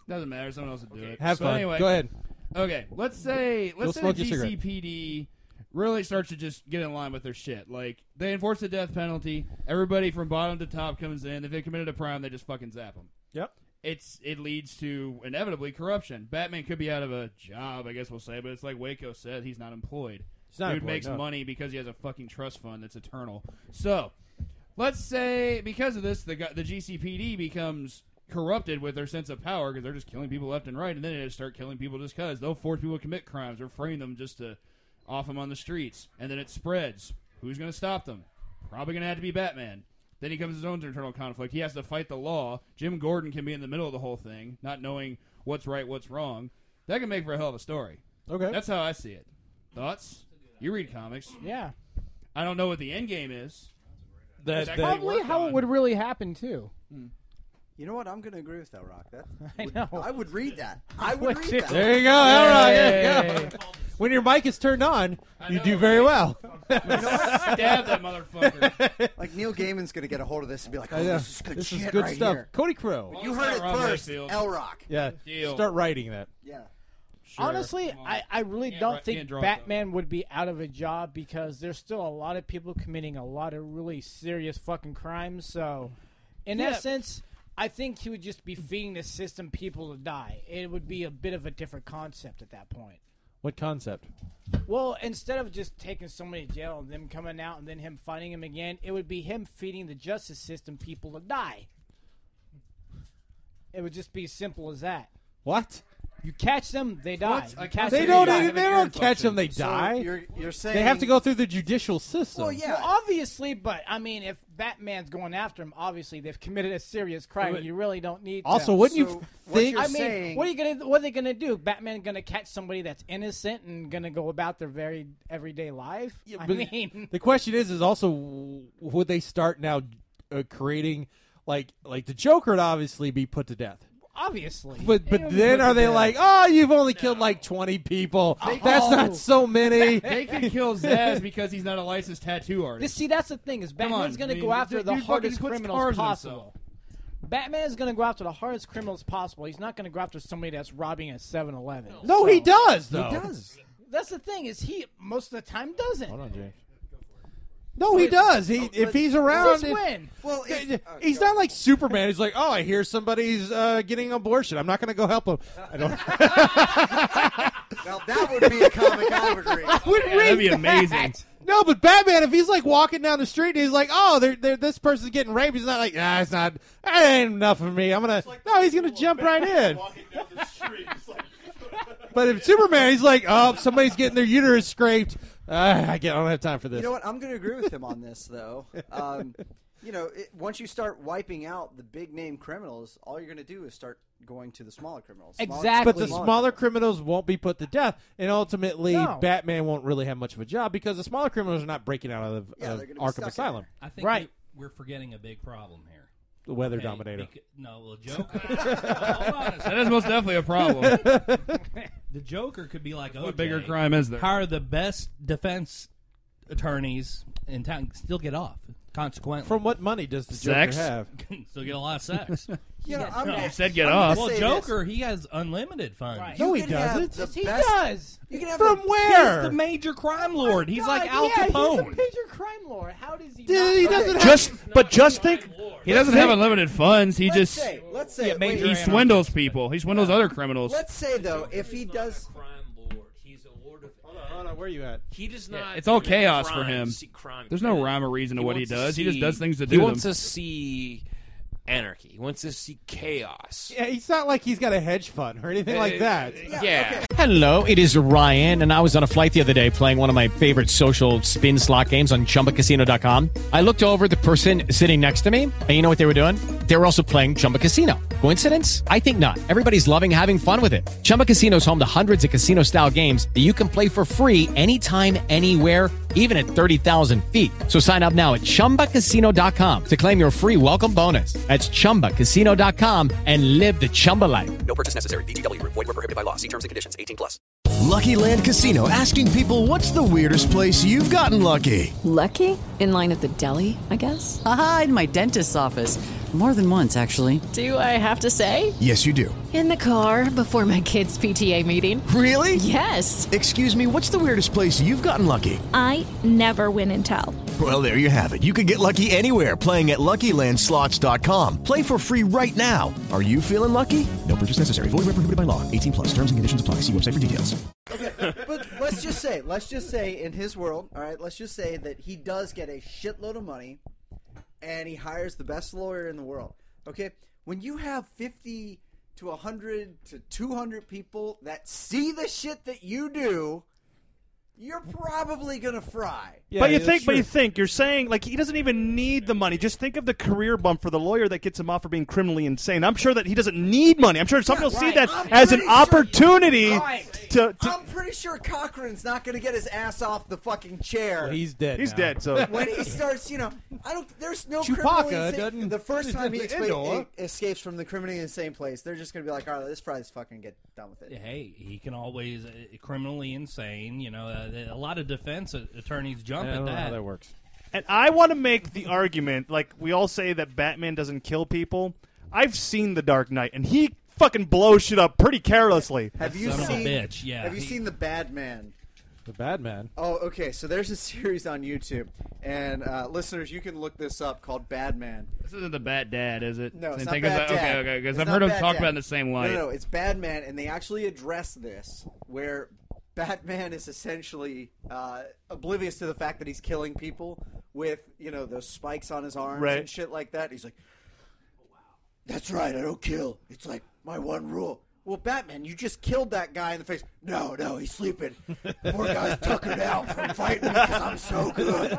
S6: Doesn't matter. Someone else would do it.
S3: Have
S6: so
S3: fun.
S6: Anyway,
S3: Go ahead.
S6: Okay, let's say
S3: Go
S6: let's
S3: smoke
S6: say
S3: your
S6: the
S3: cigarette.
S6: GCPD really starts to just get in line with their shit. Like they enforce the death penalty. Everybody from bottom to top comes in. If they committed a crime, they just fucking zap them.
S3: Yep.
S6: It's it leads to inevitably corruption. Batman could be out of a job, I guess we'll say, but it's like Waco said, he's not employed.
S3: He's not
S6: Dude
S3: employed,
S6: makes
S3: no.
S6: money because he has a fucking trust fund that's eternal. So, let's say because of this, the gu- the GCPD becomes corrupted with their sense of power because they're just killing people left and right, and then they just start killing people just because they'll force people to commit crimes or frame them just to off them on the streets, and then it spreads. Who's going to stop them? Probably going to have to be Batman. Then he comes his own internal conflict. He has to fight the law. Jim Gordon can be in the middle of the whole thing, not knowing what's right, what's wrong. That can make for a hell of a story.
S3: Okay,
S6: that's how I see it. Thoughts? You read comics?
S9: Yeah.
S6: I don't know what the end game is. Which I can
S9: probably
S6: work
S9: how
S6: on.
S9: it would really happen too.
S6: Hmm.
S7: You know what? I'm going to agree with that, Rock.
S3: [laughs]
S7: That I know. I would read that. I would
S9: would
S7: read
S9: too.
S7: that.
S3: There you go. All right. There you go. When your mic is turned on, you do
S6: [laughs]
S3: very well.
S6: Stab that
S3: [laughs]
S6: motherfucker.
S7: Like Neil Gaiman's going to get a hold of this and be like,
S3: I
S7: "Oh,
S3: know.
S7: this is good
S3: This is
S7: shit
S3: good
S7: right
S3: stuff."
S7: here."
S3: Cody Crowe.
S7: You heard it
S6: Ron
S7: first.
S6: Mayfield.
S7: L Rock.
S3: Yeah.
S6: Deal.
S3: Start writing that.
S7: Yeah.
S9: Honestly, I, I really
S6: Can't
S9: don't
S6: write- can't
S9: think
S6: draw it,
S9: Batman would be out of a job because there's still a lot of people committing a lot of really serious fucking crimes. So, in
S6: Yeah.
S9: that sense, I think he would just be feeding the system people to die. It would be a bit of a different concept at that point.
S3: What concept?
S9: Well, instead of just taking somebody to jail and them coming out and then him fighting him again, it would be him feeding the justice system people to die. It would just be simple as that.
S3: What?
S9: You catch them, they die.
S3: What?
S9: You catch
S3: They
S9: them,
S3: don't.
S9: die.
S3: They, they don't catch them. They
S9: So
S3: die.
S9: you're- you're
S3: they have
S9: saying-
S3: to go through the judicial system.
S9: Well, yeah, obviously, but I mean, if Batman's going after him, obviously they've committed a serious crime.
S3: But-
S9: you really don't need.
S3: Also,
S9: to.
S3: wouldn't you So, what think- you're
S9: I mean,
S3: saying-
S9: what are you gonna? What are they gonna do? Batman gonna catch somebody that's innocent and gonna go about their very everyday life? I
S3: But
S9: mean,
S3: the question is, is also w- would they start now uh, creating like like the Joker would obviously be put to death.
S9: obviously.
S3: But
S9: It
S3: but
S9: would
S3: then
S9: be
S3: are they
S9: bad.
S3: like, oh, you've only killed like twenty people? That's not so many.
S6: They could kill Zaz because he's not a licensed tattoo
S3: oh,
S6: artist.
S9: This, see, that's the thing is
S6: Come
S9: Batman's
S6: on,
S9: going to
S6: dude.
S9: go after
S6: Dude,
S9: the
S6: dude fucking
S9: hardest
S6: puts
S9: criminals
S6: cars in
S9: possible. Batman is going to go after the hardest criminals possible. He's not going to go after somebody that's robbing a 7-Eleven.
S3: No, he does though.
S9: That's the thing is he most of the time doesn't.
S3: Hold on, James. No, he does. He if he's around,
S9: Just
S3: it-
S9: win.
S7: Well,
S9: uh,
S3: he's not like Superman. He's like, oh, I hear somebody's uh, getting an abortion. I'm not going to go help him. I
S7: [laughs]
S3: don't.
S7: Now that would be a comic I
S3: [laughs]
S7: would read.
S3: I would read
S7: that'd be
S3: that.
S7: amazing.
S3: [laughs] No, but Batman, if he's like walking down the street and he's like, "Oh, they're, they're, this person's getting raped," he's not like, "Ah, it's not. That ain't enough of me. I'm gonna." no, he's gonna jump right in. [laughs] But if Superman, he's like, "Oh, somebody's getting their uterus scraped. Ah, I get. I don't have time for this."
S7: You know [laughs] what? I'm going to agree with him on this, though. Um, you know, it, once you start wiping out the big name criminals, all you're going to do is start going to the smaller criminals. Smaller-
S3: But the smaller criminals won't be put to death, and ultimately,
S7: No.
S3: Batman won't really have much of a job because the smaller criminals are not breaking out of,
S11: Yeah,
S3: of
S11: they're gonna be stuck
S3: Arkham
S11: in
S3: Asylum.
S11: I think
S3: right.
S11: we, are forgetting a big problem here.
S3: The weather dominator.
S11: becau- no, well, Joker. hold on a second.
S6: That is most definitely a problem.
S11: the Joker could be like, oh,
S6: What bigger crime is there?
S11: Hire the best defense attorneys in town, still get off. Consequently,
S3: from what money does the Joker Sex? have?
S11: [laughs] still get a lot of sex.
S7: You know,
S11: Yeah,
S7: I'm
S11: no.
S7: gonna- You said get I'm gonna off.
S11: Well,
S7: say
S11: Joker, he has unlimited funds.
S7: Right. No, You he can have doesn't. the
S11: he
S7: best-
S11: does.
S7: you can have
S11: From
S7: the-
S11: where?
S7: He's the
S11: major crime lord.
S7: Oh,
S9: He's
S11: like Al
S9: yeah,
S11: Capone.
S9: He's a major crime lord. How does he?
S3: Dude, he doesn't have-
S6: just, but just think, he doesn't have unlimited funds. He
S7: Let's
S6: just,
S7: say- let's say- Yeah,
S6: he,
S7: major anarchist.
S6: swindles people. He swindles other criminals.
S7: Let's say though, if he does,
S3: Hold on, hold on. Where you at?
S10: He does not.
S6: It's all
S10: commit
S6: chaos for
S10: crimes,
S6: him.
S10: see crime
S6: There's no
S10: committed.
S6: rhyme or reason to what he
S10: wants
S6: does. He just
S10: see-
S6: does things to
S10: He
S6: do
S10: wants
S6: them.
S10: to see anarchy. He wants to see chaos.
S3: Yeah, he's not like he's got a hedge fund or anything
S8: Uh,
S3: like that.
S10: Yeah.
S16: Hello, it is Ryan, and I was on a flight the other day playing one of my favorite social spin slot games on ChumbaCasino.com. I looked over at the person sitting next to me, and you know what they were doing? They were also playing Chumba Casino. Coincidence? I think not. Everybody's loving having fun with it. Chumba Casino is home to hundreds of casino-style games that you can play for free anytime, anywhere even at 30,000 feet. So sign up now at ChumbaCasino.com to claim your free welcome bonus. That's ChumbaCasino.com and live the Chumba life.
S17: No purchase necessary. VGW Group. Void were prohibited by law. See terms and conditions. 18 plus.
S21: Lucky Land Casino asking people what's the weirdest place you've gotten lucky?
S14: Lucky? In line at the deli, I guess?
S22: Aha, in my dentist's office.
S1: More than once, actually.
S19: Do I have to say?
S21: Yes, you do.
S19: In the car before my kids' PTA meeting.
S21: Really?
S19: Yes.
S21: Excuse me, what's the weirdest place you've gotten lucky?
S22: I never win and tell.
S21: Well, there you have it. You can get lucky anywhere playing at LuckyLandSlots.com. Play for free right now. Are you feeling lucky? No purchase necessary. Void where prohibited by law. 18 plus. Terms and conditions apply. See website for details.
S7: but let's just say, let's just say, in his world, all right, let's just say that he does get a shitload of money, and he hires the best lawyer in the world. Okay, when you have fifty to hundred to two hundred people that see the shit that you do, you're probably gonna fry.
S8: but you think, but you think, you're saying like he doesn't even need the money. Just think of the career bump for the lawyer that gets him off for being criminally insane. I'm sure that he doesn't need money. I'm sure some people see that
S7: I'm
S8: as an
S7: pretty sure-
S8: opportunity
S7: Right.
S8: to. to
S7: I'm pretty sure Cochran's not going to get his ass off the fucking chair.
S8: he's dead He's now. dead, so-
S7: when he starts, you know, I don't. There's no
S3: Chewbacca
S7: criminally insane-
S3: doesn't-
S7: The first
S3: doesn't
S7: time he
S3: end
S7: expa-
S3: all.
S7: e- escapes from the criminally insane place, they're just going to be like, "All right, this fries fucking get done with it."
S11: Hey, he can always uh, criminally insane. You know, uh, a lot of defense a- attorneys
S8: Yeah,
S11: jump
S8: I
S11: at
S8: don't know
S11: that.
S8: how that [laughs]
S11: [laughs]
S8: works. And I want to make the argument like we all say that Batman doesn't kill people. I've seen The Dark Knight, and he fucking blows shit up pretty carelessly.
S7: Have you seen? Have you
S8: He-
S7: seen the Bad Man?
S3: The bad man.
S7: Oh, okay. So there's a [laughs] series on YouTube, and uh, listeners, you can look this up called Bad Man.
S6: This isn't the Bat Dad, is it?
S7: No,
S6: Same
S7: it's not
S6: thing
S7: Bad
S6: as that-
S7: Dad.
S6: Okay, okay, because
S7: It's
S6: I've
S7: not
S6: heard him
S7: Bad
S6: talk
S7: Dad.
S6: about it in the same light.
S7: No, no, it's Batman, and they actually address this where Batman is essentially uh, oblivious to the fact that he's killing people with you know those spikes on his arms
S8: Right.
S7: and shit like that. He's like, "That's right, I don't kill. It's like my one rule." Well, Batman, you just killed that guy in the face. No, no, he's sleeping. Poor guy's tuckered out from fighting because I'm so good.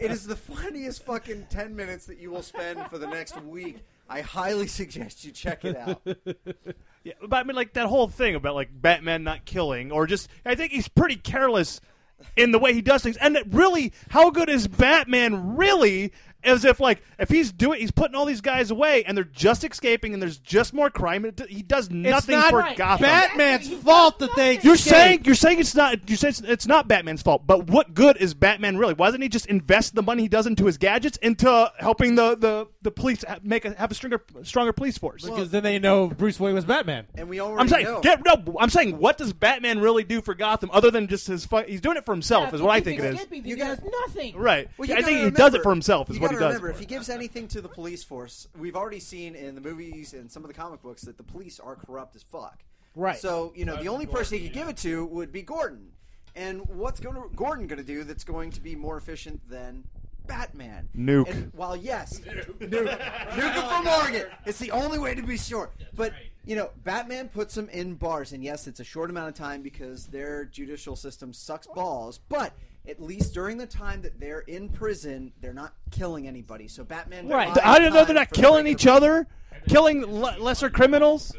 S7: It is the funniest fucking 10 minutes that you will spend for the next week. I highly suggest you check it out.
S8: yeah, but I mean, like that whole thing about like Batman not killing, or just I think he's pretty careless in the way he does things. And that really, how good is Batman really? As if like if he's doing, he's putting all these guys away, and they're just escaping, and there's just more crime. It- He does nothing
S3: not
S8: for
S3: right.
S8: Gotham.
S3: Batman's fault that they.
S8: You're
S3: escaped.
S8: saying you're saying it's not you say it's, it's not Batman's fault, but what good is Batman really? Why doesn't he just invest the money he does into his gadgets into helping the, the, the police ha- make a, have a stronger stronger police force?
S3: Because then they know Bruce Wayne was Batman.
S7: And we already
S8: I'm saying
S7: know.
S8: get no. I'm saying what does Batman really do for Gotham other than just his? Fu- he's doing it for [laughs] himself, is what I think it is.
S9: You guys nothing.
S8: Right.
S7: Well, you
S8: I think
S7: gotta
S8: he does
S7: remember-
S8: it for himself. Is
S7: you
S8: what he does.
S7: gotta Remember, if he gives anything to the police force, we've already seen in the movies and some of the comic books that the police are corrupt as fuck.
S9: Right.
S7: So you know the only person he could give it to would be Gordon. And what's going to Gordon going to do that's going to be more efficient than Batman?
S8: Nuke.
S7: And while yes, nuke, nuke it for Morgan. It's the only way to be sure. But you know, Batman puts him in bars, and yes, it's a short amount of time because their judicial system sucks balls. But at least during the time that they're in prison, they're not killing anybody. So Batman,
S8: Th- How do you know they're not killing each other? Killing le- lesser criminals?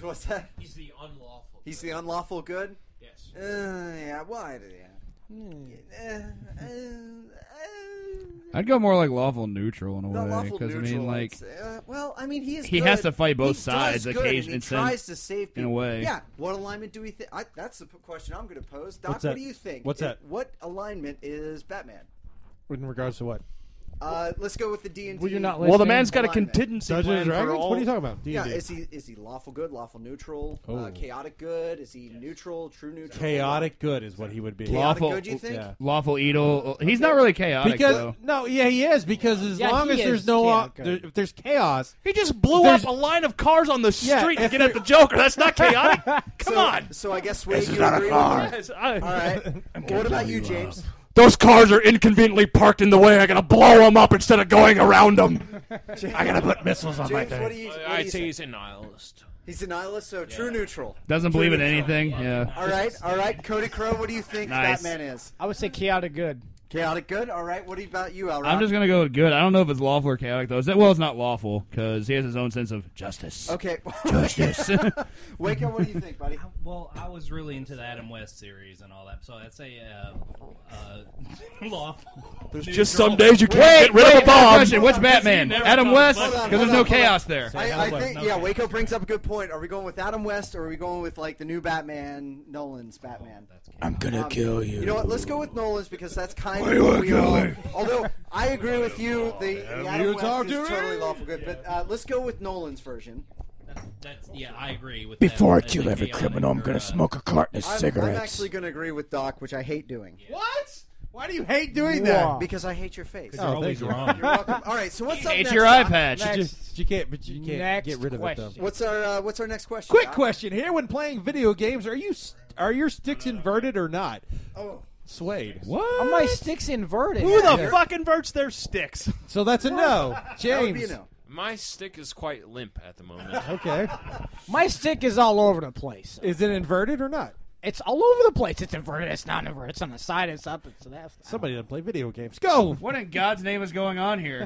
S7: What's that? He's the [laughs] unlawful. He's the unlawful good. Yes. Uh, yeah. Why? Yeah. Uh, uh,
S6: I'd go more like lawful neutral in a way,
S7: lawful
S6: because I
S7: neutral.
S6: mean, like,
S7: it's, uh, well, I mean, he is.
S6: He
S7: good.
S6: has to fight both
S7: He does
S6: sides
S7: good,
S6: occasion-
S7: And
S6: and
S7: he
S6: send-
S7: tries to save people
S6: in a way.
S7: Yeah. What alignment do we think? That's the p- question I'm going to pose, Doc.
S3: What's
S7: what
S3: that?
S7: do you think?
S3: What's
S7: It-
S3: that?
S7: What alignment is Batman?
S3: In regards to what?
S7: Uh, let's go with the D and D.
S3: Well, you're not
S8: Well, the man's got a contingency
S3: Dungeons
S8: plan
S3: and
S8: for
S3: Dragons?
S8: all.
S3: What are you talking about?
S7: Yeah,
S3: D&D.
S7: is he is he lawful good, lawful neutral,
S3: Oh.
S7: uh, chaotic good? Is he neutral, true neutral?
S3: Chaotic good is what he would be.
S7: Chaotic Lawful- good, you think?
S3: Yeah.
S6: lawful evil. He's not really chaotic,
S3: because
S6: though.
S3: no, yeah, he is because as
S6: Yeah,
S3: long
S6: he
S3: as
S6: is
S3: there's no
S6: chaotic
S3: there, if there's chaos,
S8: he just blew
S3: There's-
S8: up a line of cars on the
S3: Yeah,
S8: street to
S3: if
S8: get at
S3: there-
S8: the Joker. That's not
S3: [laughs]
S8: chaotic. Come
S7: so,
S8: on.
S7: So I guess Wade,
S8: This is
S7: you
S8: not a
S7: agree
S8: car.
S7: with
S8: Yes,
S7: me?
S8: I-
S7: All right. what about
S8: uh,
S7: you, James?
S8: Those cars are inconveniently parked in the way. I gotta blow them up instead of going around
S7: [laughs]
S8: them. I gotta put missiles on my
S7: James, what do
S8: thing.
S7: you, what do
S10: I'd
S7: you
S10: say
S7: think?
S10: he's a nihilist.
S7: He's a nihilist, so true neutral.
S6: Doesn't
S7: True
S6: believe in
S7: neutral.
S6: anything. Yeah.
S7: All right, all right. Cody Crow, what do you think
S6: Nice.
S7: Batman is?
S9: I would say chaotic good.
S7: Chaotic good. All right. What about you, Al?
S6: I'm just gonna go with good. I don't know if it's lawful or chaotic though. Is that, well, it's not lawful because he has his own sense of justice.
S7: Okay. [laughs]
S6: justice. [laughs]
S7: Wake up. What do you think, buddy?
S11: Well, I was really into the Adam West series and all that, so I'd say uh, uh, [laughs] lawful.
S8: [laughs] There's
S11: neutral.
S8: just
S11: [laughs]
S8: some days you can't
S6: Wait,
S8: get rid
S6: wait,
S8: of a bomb.
S6: question. What's Batman?
S11: Never
S6: Adam
S11: comes
S6: West?
S11: back.
S6: Because there's no chaos there.
S7: I, I think yeah. Waco brings up a good point. Are we going with Adam West or are we going with like the new Batman, Nolan's Batman?
S8: I'm gonna
S7: Um, You know what? Let's go with Nolan's because that's kind I know we all, [laughs] although I agree with you, the, the Adam
S3: you
S7: West
S3: talked
S7: is
S3: to
S7: totally lawful good. But uh, let's go with Nolan's version.
S10: That's yeah, I agree with
S1: Before I
S10: that.
S1: kill every criminal, I'm gonna smoke a carton of
S7: I'm, I'm
S1: cigarettes.
S7: actually going to agree with Doc, which I hate doing.
S3: What? Why do you hate doing that?
S7: Because I hate your face.
S3: 'Cause you're Oh, always thank you. wrong.
S7: You're welcome. All right, so what's
S3: You
S7: up
S3: hate
S7: next?
S3: your
S7: Doc?
S3: iPad. She
S7: Next.
S3: just- you can't- but you can't Next get rid of it, though. question.
S7: What's our uh, What's our next question?
S3: Quick
S7: Doc?
S3: question here: When playing video games, are you s- are your sticks inverted or not?
S7: Oh.
S3: Swayed.
S9: Are my sticks inverted?
S8: Who the
S3: They're-
S8: fuck inverts their sticks?
S3: So that's a no, James.
S10: My stick is quite limp at the
S9: [laughs]
S10: moment.
S3: [laughs] Okay.
S9: My stick is all over the place.
S3: Is it inverted or not?
S9: It's all over the place. It's inverted. It's not inverted. It's on the side. It's up. It's that.
S3: Somebody doesn't play video games. Go.
S6: What in God's name is going on here?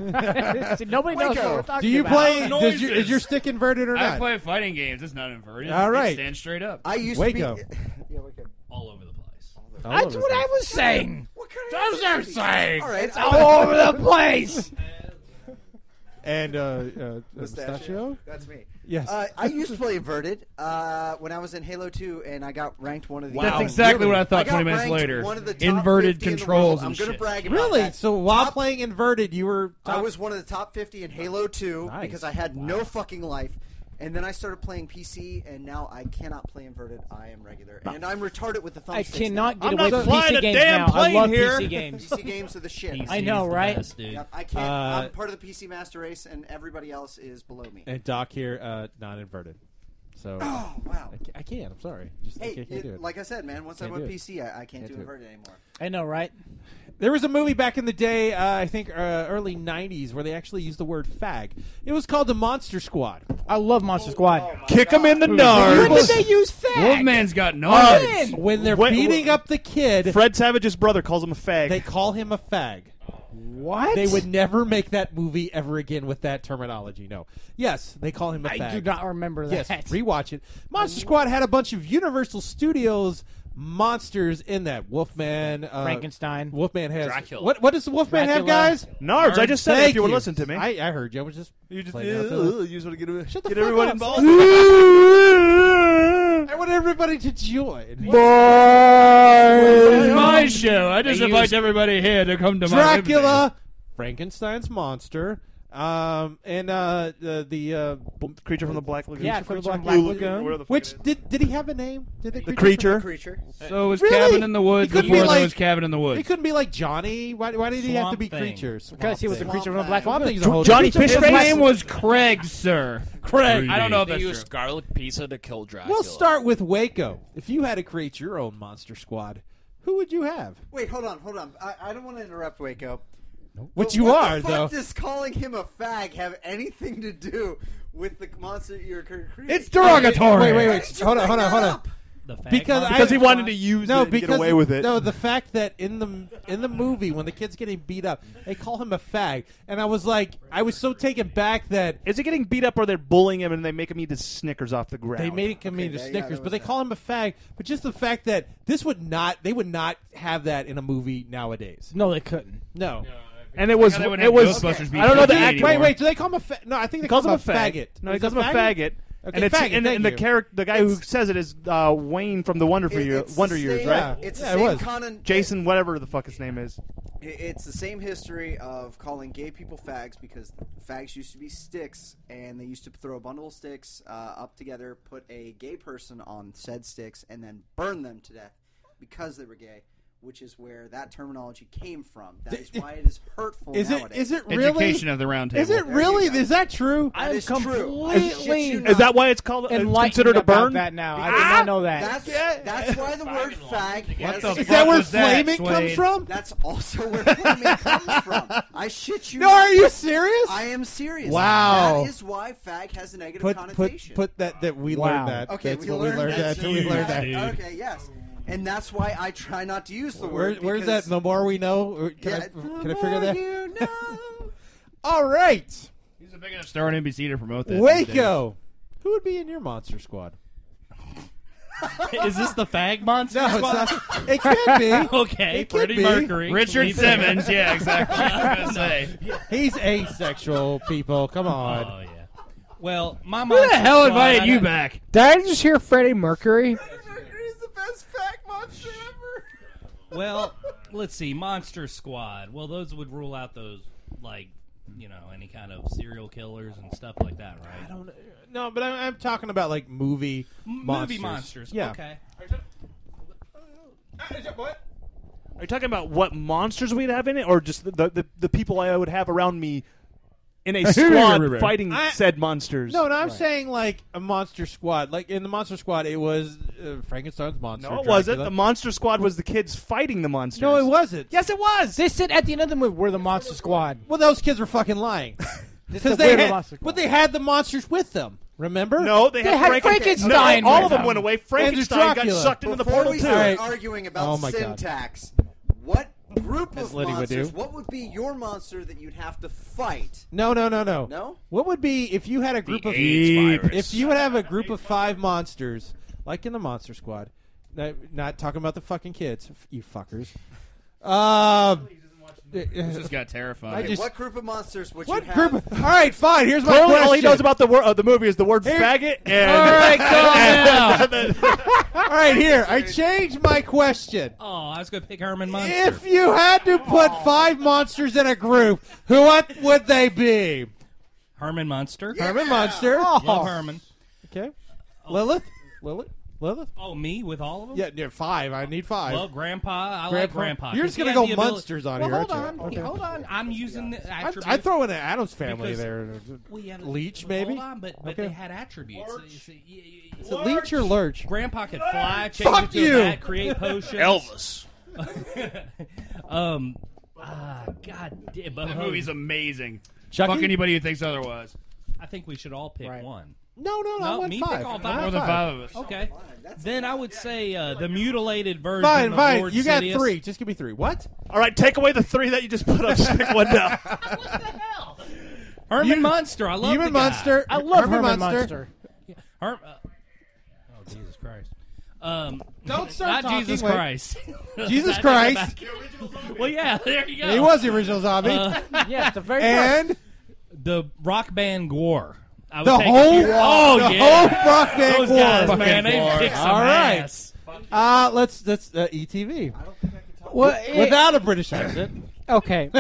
S9: [laughs] See, nobody knows what we're
S3: Do
S9: talking
S3: you
S9: about.
S6: Loud
S3: play? Does your,
S6: noises.
S3: is your stick inverted or
S6: I
S3: not?
S6: play fighting games. It's not inverted.
S3: All right.
S6: It stands straight up.
S3: I used to be- [laughs] Waco.
S7: Yeah, Waco.
S10: All over the place.
S3: All That's over what the place. I
S9: was saying.
S7: What
S9: That's what I'm saying.
S7: All right,
S9: It's all over the place.
S3: And uh, uh, pistachio.
S7: That's me.
S3: Yes.
S7: Uh, I used to play inverted uh, when I was in Halo 2, and I got ranked one of the.
S6: Wow, That's exactly really? what I thought
S7: got
S6: 20 minutes
S7: ranked
S6: later.
S7: One of the top
S6: Inverted
S7: 50 in the
S6: controls
S7: world.
S6: and
S7: I'm gonna
S6: shit.
S7: brag about
S3: Really?
S7: that.
S3: So while playing inverted, you were.
S7: I was one of the top 50 in Halo 2
S3: Nice.
S7: because I had no fucking life. And then I started playing PC, and now I cannot play inverted. I am regular, and I'm retarded with the thumbsticks.
S9: I cannot
S7: now.
S9: get away from PC games now. I love
S7: [laughs]
S9: PC games.
S7: PC games are the shit.
S9: I know, right?
S7: Yep, I can't.
S3: Uh,
S7: I'm part of the PC master race, and everybody else is below me.
S3: And Doc here, uh, not inverted. So.
S7: Oh, wow.
S3: I, ca- I can't. I'm sorry. Just, I
S7: Hey,
S3: can't, can't do
S7: it-
S3: it.
S7: like I said, man, once I
S3: Can't
S7: went
S3: do it.
S7: PC, I, I can't,
S3: do
S7: do
S3: it.
S7: inverted anymore.
S9: I know, right?
S3: There was a movie back in the day, uh, I think uh, early '90s, where they actually used the word "fag." It was called the Monster Squad.
S9: I love Monster
S7: Oh,
S9: Squad.
S3: Kick them in the
S8: nards.
S9: When did they use fag?
S6: Wolfman's got
S8: nards.
S3: When, they're
S8: When-
S3: beating up the kid,
S8: Fred Savage's brother calls him a fag.
S3: they call him a fag.
S9: What?
S8: [laughs]
S3: They would never make that movie ever again with that terminology. No. Yes, they call him a
S9: I
S3: fag.
S9: do not remember
S3: Yes,
S9: that. Mm-hmm.
S3: rewatch it. Monster Squad had a bunch of Universal Studios monsters in that. Wolfman, uh,
S9: Frankenstein.
S3: Wolfman has
S9: Dracula.
S3: What? What does Wolfman have,
S9: Dracula.
S3: guys?
S8: Nards, I just said it if
S3: Thank
S8: you would listen to me.
S3: I, I heard you. I was just
S8: You just, [laughs]
S3: playing out the-
S8: Ugh, you just want to get,
S3: Shut the
S8: get
S3: fuck
S8: everyone
S3: up.
S8: involved.
S3: I want everybody to join. This
S6: is my show. I just
S3: They
S6: invite
S3: used-
S6: everybody here to come to my living
S3: Dracula, Frankenstein's monster, um, and uh, the the uh,
S8: creature from the Black Lagoon.
S3: Yeah,
S8: Creature
S3: from the
S8: from
S3: Black,
S8: the Black
S3: Lagoon.
S8: Lagoon, whatever the fuck
S3: Which did did he have a name? Did
S8: The
S3: from
S8: creature.
S3: the-
S8: So was
S3: Uh, Really?
S8: Cabin in the
S3: He
S8: Woods
S3: couldn't
S8: before there
S3: be like,
S8: was Cabin in the Woods.
S3: He couldn't be like Johnny. Why, why did he have to
S8: Swamp
S3: be
S8: Thing.
S3: creature?
S9: Because he was a creature from the Black
S3: Swamp
S9: Lagoon.
S3: Thing's a whole
S9: Johnny
S3: different-
S9: Fishface?
S6: His name was Craig, sir.
S3: Craig.
S6: I don't know if
S10: they
S6: that's
S10: use
S6: true.
S10: garlic pizza to kill Dracula.
S3: We'll start with Waco. If you had to create your own monster squad, who would you have?
S7: Wait, hold on, hold on. I, I don't want to interrupt Waco.
S3: Which you
S7: what
S3: are,
S7: the
S3: though.
S7: fuck Does calling him a fag have anything to do with the monster you're cre- creating?
S3: It's derogatory. Wait, wait,
S7: How
S3: wait.
S7: did you
S3: Hold on,
S7: bring
S3: hold on, hold on.
S7: that up?
S3: because
S8: Because
S3: I-
S8: he wanted to use
S3: no,
S8: it and get
S3: because,
S8: away with it.
S3: No, the fact that in the in the movie when the kid's getting beat up, they call him a fag, and I was like, I was so taken back that
S8: Is he getting beat up or they're bullying him and they make him eat his Snickers off the ground?
S3: they made him
S8: Okay,
S3: into
S8: yeah, yeah,
S3: Snickers,
S8: that
S3: but they call him a fag. But just the fact that this would not, they would not have that in a movie nowadays.
S9: No, they couldn't.
S3: No.
S8: And it was
S3: Like how they wouldn't
S8: it
S3: have
S8: was
S3: Ghostbusters
S8: I don't know the
S3: beat
S8: act.
S3: Wait, wait, do they call him a fa- no? I
S8: He
S3: think they
S8: calls him a
S3: faggot.
S8: faggot. No, he
S3: Is
S8: calls
S3: it
S8: him a faggot.
S3: Okay,
S8: and it's,
S3: faggot.
S8: and,
S3: thank
S8: and the
S3: you.
S8: character, the guy who says it is uh, Wayne from the Wonder for
S7: It-
S8: you,
S7: it's the
S8: Wonder Years,
S7: same-
S8: right?
S7: yeah, it's the Yeah, it same was. Conan-
S8: Jason, whatever the fuck his name is.
S7: I- It's the same history of calling gay people fags because fags used to be sticks, and they used to throw a bundle of sticks uh, up together, put a gay person on said sticks, and then burn them to death because they were gay. Which is where that terminology came from. That is why it is hurtful.
S3: Is it?
S7: nowadays.
S3: Is it really? Is it
S7: There
S3: really?
S7: you go.
S3: Is that true?
S7: That is true. I
S9: completely
S7: shit you
S8: Is that why it's called? It's
S9: Enlightened
S8: considered a
S9: about
S8: burn.
S9: that now. I
S8: Ah!
S9: did not know that.
S7: That's, that's why the word fag has.
S8: the Is that fuck where was that,
S3: flaming comes Swade? from?
S7: That's also where flaming comes from. I shit
S3: [laughs]
S7: you.
S3: No,
S7: not.
S3: are you serious?
S7: I am serious.
S3: Wow.
S7: That is why fag has a negative
S3: Put put
S7: connotation.
S3: put that that we
S9: Wow.
S3: learned that.
S7: okay,
S3: That's
S7: we
S3: what
S7: learned,
S3: we learned that.
S7: that.
S3: we learned that.
S7: Okay, yes. And that's why I try not to use the
S3: Where,
S7: word.
S3: where's
S7: because-
S3: that? The more we know. Or Can
S7: Yeah,
S3: I can I
S7: the
S3: figure
S7: more
S3: that?
S7: you
S3: [laughs] All right,
S6: He's a big enough star on NBC to promote that.
S3: Waco. Who would be in your monster squad?
S11: [laughs] Is this the fag monster?
S3: No, it's
S11: squad?
S3: not- it could [laughs] be.
S11: okay,
S3: It could
S11: Freddie
S3: be.
S11: Mercury,
S3: Richard
S11: Lisa-
S3: Simmons, [laughs] yeah, exactly.
S11: I was gonna say.
S3: He's asexual. People, come on. Oh
S11: yeah. Well, my
S3: Who
S11: monster
S3: the hell
S11: squad,
S3: invited
S11: I
S3: you
S11: don't-
S3: back?
S5: Did I just hear Freddie Mercury?
S11: [laughs] Well, let's see, Monster Squad. Well, those would rule out those like you know any kind of serial killers and stuff like that, right? I don't know.
S3: No, but I'm, I'm talking about like movie monsters.
S11: Movie monsters.
S3: Yeah.
S11: Okay.
S8: Are you talking about what monsters we'd have in it, or just the the, the people I would have around me
S11: [laughs]
S8: in a squad fighting
S3: I-
S8: said monsters?
S3: No, no, I'm saying like a monster squad. Like in the monster squad, it was uh, Frankenstein's monster.
S8: No, it wasn't.
S3: Dracula.
S8: The Monster Squad was the kids fighting the monsters.
S3: No, it wasn't.
S8: Yes, it was.
S5: They said at the end of the movie, "We're the Monster Squad."
S3: Well, those kids were
S8: [laughs]
S3: fucking lying.
S5: is
S3: Because they
S5: we're the
S3: had,
S5: Monster Squad.
S3: but they had the monsters with them. Remember?
S8: No, they They had had Franken- Frankenstein no, all with of them them. went away.
S3: And
S8: Frankenstein got
S3: Dracula.
S8: sucked into the
S7: Before
S8: portal
S7: we
S8: too.
S7: start
S8: Alright.
S7: arguing about
S8: Oh my God.
S7: syntax, what group
S3: Miss
S7: of
S3: Liddy would
S7: monsters?
S3: do.
S7: What would be your monster that you'd have to fight?
S3: No, no, no, no.
S7: No?
S3: What would be if you had a group of
S8: AIDS virus.
S3: if you would have a group of five monsters like in the Monster Squad? no, Not talking about the fucking kids, f- you
S8: [laughs]
S3: fuckers. Um,
S6: This just got terrified.
S3: I
S7: Okay,
S3: just-
S7: what group of monsters would
S3: what
S7: you
S3: group?
S7: have?
S3: Of, all right, fine. Here's my
S8: Clearly,
S3: question.
S8: all he knows about the wor- uh, the movie is the word
S3: Here-
S8: faggot. And [laughs]
S3: All right,
S8: and-
S3: calm All right, here. I changed my question.
S11: Oh, I was gonna pick Herman Munster.
S3: If you had to put five monsters in a group, who what would they be?
S11: Herman Munster.
S3: Herman Munster.
S5: Oh.
S11: Love Herman.
S3: Okay. Lilith. Lilith. Lilith.
S11: Oh, me with all of them.
S3: Yeah, yeah, five. I need five.
S11: Well, Grandpa. I like
S3: Grandpa.
S11: Grandpa.
S3: You're just
S11: 'cause
S3: gonna
S11: he has
S3: go
S11: the ability-
S3: Munsters on
S11: well,
S3: here,
S11: Hold
S3: aren't
S11: on,
S3: you? Okay.
S11: hold on. I'm using the
S3: I,
S11: attributes.
S3: I throw in an Adams family
S11: Because-
S3: there.
S11: Well, yeah,
S3: Leech,
S11: well,
S3: maybe.
S11: Hold on, but, but
S3: Okay.
S11: they had attributes. So, you- you- you-
S3: Is it leech or lurch?
S11: Grandpa could fly, change
S3: Fuck
S11: into
S3: you!
S11: a
S3: [laughs]
S11: bat, create potions.
S3: Elvis.
S11: [laughs] um, ah, God damn.
S6: That movie's amazing.
S11: Chucky?
S6: Fuck anybody who thinks otherwise.
S11: I think we should all pick one.
S3: No, no, no. I want
S11: me
S3: five.
S11: pick all
S3: I want
S11: five.
S6: More than five of us.
S11: Okay. Then I would say uh, the mutilated version
S3: Fine,
S11: of
S3: fine.
S11: Lord
S3: You got
S11: Sidious.
S3: three. Just give me three. What?
S8: All right, take away the three that you just put up. Stick one
S3: [laughs]
S8: down.
S11: Herman Munster. I love
S3: Herman
S11: the guy.
S3: Munster. I love Herman Herman Munster. Munster.
S11: Yeah. Herm- uh, oh, Jesus Christ. Um,
S3: Don't start
S11: not
S3: talking,
S11: Jesus
S3: wait.
S11: Christ. [laughs]
S3: Jesus
S11: Not-
S3: Christ.
S11: [laughs] well, yeah, there you go. Uh,
S3: He was the original zombie.
S11: [laughs] yes, the
S3: very And- first.
S11: [laughs] the rock band Gore. I would
S3: The
S11: take a
S3: whole-
S11: few- oh
S3: the
S11: yeah,
S3: whole fuck band
S11: Those
S3: Gore.
S11: guys,
S3: Fucking
S11: man,
S3: Gore.
S11: they kicked some
S3: All right.
S11: ass.
S3: Uh, let's let's uh, ETV.
S5: Well,
S3: W-
S5: it-
S3: without a British accent.
S5: [laughs] Okay.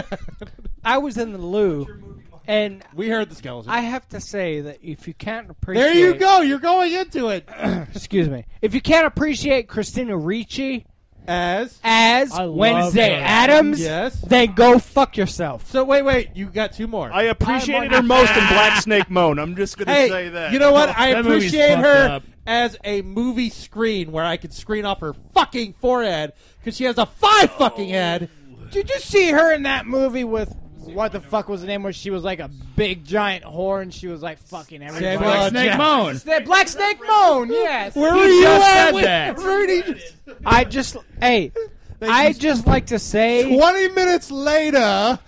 S5: I was in the loo, and
S3: we heard the skeleton.
S5: I have to say that if you can't appreciate,
S3: There you go. You're going into it.
S5: [clears throat] Excuse me. If you can't appreciate Christina Ricci
S3: as
S5: as
S3: I love
S5: Wednesday
S3: her.
S5: Adams,
S3: Yes.
S5: then go fuck yourself.
S3: So wait, wait. You got two more.
S8: I appreciated her most
S11: [laughs]
S8: in Black Snake Moan. I'm just gonna
S3: Hey,
S8: say that.
S3: you know
S6: Oh,
S3: what? I
S8: That movie's
S3: appreciate
S8: fucked
S3: her
S8: up.
S3: as a movie screen where I could screen off her fucking forehead because she has a
S11: Oh.
S3: five fucking head.
S5: Did you see her in that movie with what the fuck was the name? Where she was like a big giant whore and she was like fucking everybody.
S3: Black Samuel Snake Jackson. Moan.
S9: [laughs]
S5: It's that Black Snake Moan. Yes.
S3: Where
S5: He
S3: were you
S5: just
S3: at
S5: said
S3: with
S5: that.
S3: Rudy?
S5: I just hey. I just like to say
S3: Twenty minutes [laughs] later,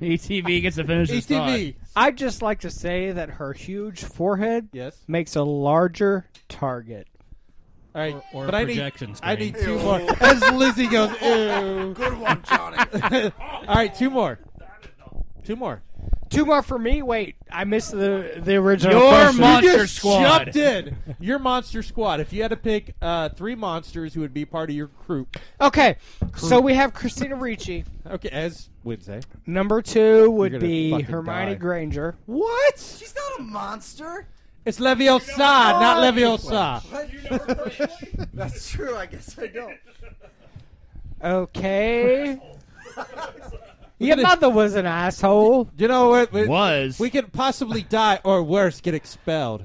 S3: E
S6: ETV gets to finish his thought.
S5: I just like to say that her huge forehead
S3: Yes.
S5: makes a larger target.
S3: All right,
S5: Or- or
S3: but I need
S5: projection
S3: I
S5: screen.
S3: need two
S5: Ew.
S3: more. As Lizzie goes, ew. [laughs] Good one, Johnny. [laughs] All right, two more. Two more.
S5: Two more for me. Wait, I missed the the original.
S3: Your
S5: question.
S3: you just Jumped in. Your monster squad. If you had to pick uh, three monsters who would be part of your group,
S5: Okay, so we have Christina Ricci.
S3: okay, as Wednesday.
S5: Number two
S3: You're
S5: would
S3: gonna
S5: be
S3: fucking
S5: Hermione
S3: die.
S5: Granger.
S3: What?
S7: She's not a monster.
S3: It's Leviosa, not Leviosa.
S7: What? [laughs] That's true. I guess I don't.
S5: Okay.
S3: Your
S5: mother was an asshole.
S3: You know what? We,
S6: was
S3: we could possibly die or worse,
S5: [laughs]
S3: get expelled.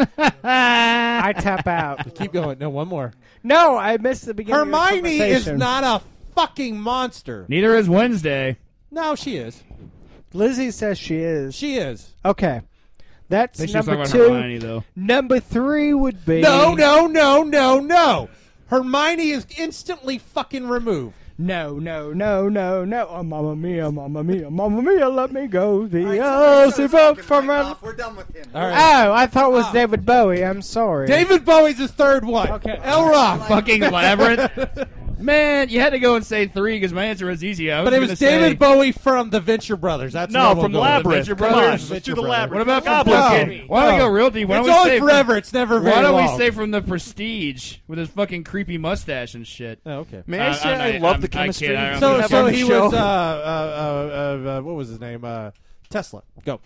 S5: I tap out.
S3: [laughs] Keep going. No, one more.
S5: No, I missed the beginning. of the
S3: Hermione is
S5: conversation.
S3: not a fucking monster.
S6: Neither is Wednesday.
S3: No, she is.
S5: Lizzie says she is.
S3: She is.
S5: Okay, that's
S6: They should talk
S5: number
S6: about
S5: two.
S6: Hermione, though.
S5: Number three would be
S3: No, no, no, no, no. Hermione is instantly fucking removed.
S5: No, no, no, no, no. Oh, mamma mia, mamma mia, mamma mia, let me go. The
S7: All right, so
S5: old
S7: the show's
S5: vote
S7: fucking
S5: from
S7: right
S5: a-
S7: off. We're done with him.
S3: All right.
S5: Oh, I thought it was David Bowie. I'm sorry.
S3: [laughs] David Bowie's his third one. Okay.
S5: [laughs]
S3: Elra.
S6: Fucking Labyrinth. Man, you had to go and say three because my answer was easy. I was
S3: But it
S6: gonna
S3: was
S6: say-
S3: David Bowie from the Venture Brothers. That's
S6: No,
S3: where we'll
S6: from
S3: go with it.
S6: Labyrinth.
S3: Venture
S6: Come on,
S3: Brothers.
S6: let's
S3: Venture
S6: do the
S3: Brothers.
S6: Labyrinth. What about Goblin King? Why don't we go real deep? Why don't
S3: it's
S6: we
S3: only
S6: stay-
S3: forever. It's never very
S6: Why don't
S3: long.
S6: we stay from the Prestige with his fucking creepy mustache and shit? Oh, okay.
S8: May I say I love the chemistry
S6: I
S3: So, so he was uh, uh,
S6: Uh,
S3: uh, uh, uh, what was his name? Uh, Tesla. Go.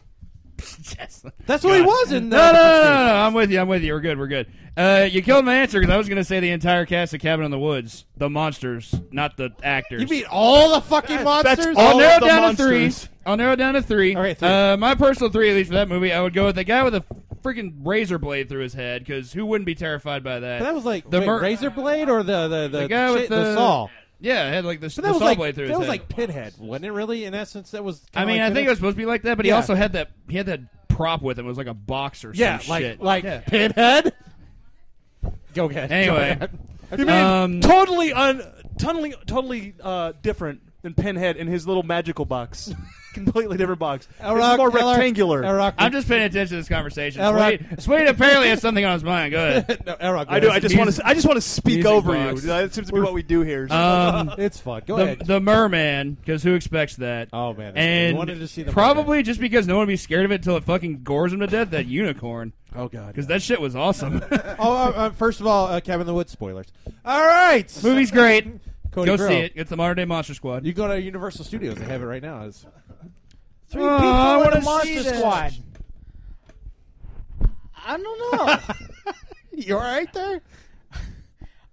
S6: Tesla.
S3: That's what he was in. The
S6: No, no, no, no, no, I'm with you. I'm with you. We're good. We're good. Uh, you killed my answer because I was going to say the entire cast of Cabin in the Woods, the monsters, not the actors.
S3: You mean all the fucking monsters?
S6: I'll narrow down to three. I'll narrow down to three. Uh, my personal three, at least for that movie, I would go with the guy with a freaking razor blade through his head because who wouldn't be terrified by that?
S3: But that was like
S6: the
S3: the wait,
S6: mur-
S3: razor blade or the the the,
S6: the guy with
S3: shit- the, saw.
S6: Yeah, it had like the,
S3: But
S6: the
S3: that was
S6: saw
S3: like
S6: blade through
S3: that
S6: his
S3: was
S6: head.
S3: like Pinhead, wasn't it? Really, in essence, that was.
S6: I
S3: kinda
S6: mean, I
S3: like
S6: think
S3: Pinhead?
S6: it was supposed to be like that, but he
S3: Yeah.
S6: also had that he had that prop with him. It was like a box or
S3: Yeah,
S6: some
S3: like
S6: shit.
S3: like
S6: Yeah.
S3: Pinhead. Go ahead.
S6: Anyway. Um,
S3: Go ahead.
S8: You mean totally un, totally totally uh, different than Pinhead in his little magical box, [laughs] completely different box. it's more rectangular.
S6: I'm just paying attention to this conversation.
S8: Elrock-
S6: Sweet, Sweet
S3: [laughs]
S6: apparently has something on his mind. Go ahead.
S3: no, Elrock,
S8: I do. I just want
S6: Music-
S8: to. I just want to speak
S6: music
S8: over
S6: box.
S8: you. That seems to be what we do here.
S6: Um,
S3: [laughs] it's fun. Go
S6: the, [laughs]
S3: ahead.
S6: The Merman, because who expects that? Oh
S3: man,
S6: and
S3: I wanted to see the
S6: probably just because no one would be scared of it until it fucking gores him to death. That unicorn.
S3: [laughs] Oh god,
S6: because that shit was
S3: [laughs]
S6: awesome.
S3: oh, uh, uh, first of all, uh, Cabin in the Woods spoilers. All right,
S6: movie's great.
S3: Cody
S6: Go
S3: Crowe.
S6: see it. It's the modern day Monster Squad.
S3: You go to Universal Studios; they have it right now. It's
S9: Three
S3: Oh,
S9: people
S3: I
S9: in
S3: wanna
S9: the
S3: see
S9: Monster
S3: this.
S9: Squad. I don't know.
S3: [laughs] you all right there?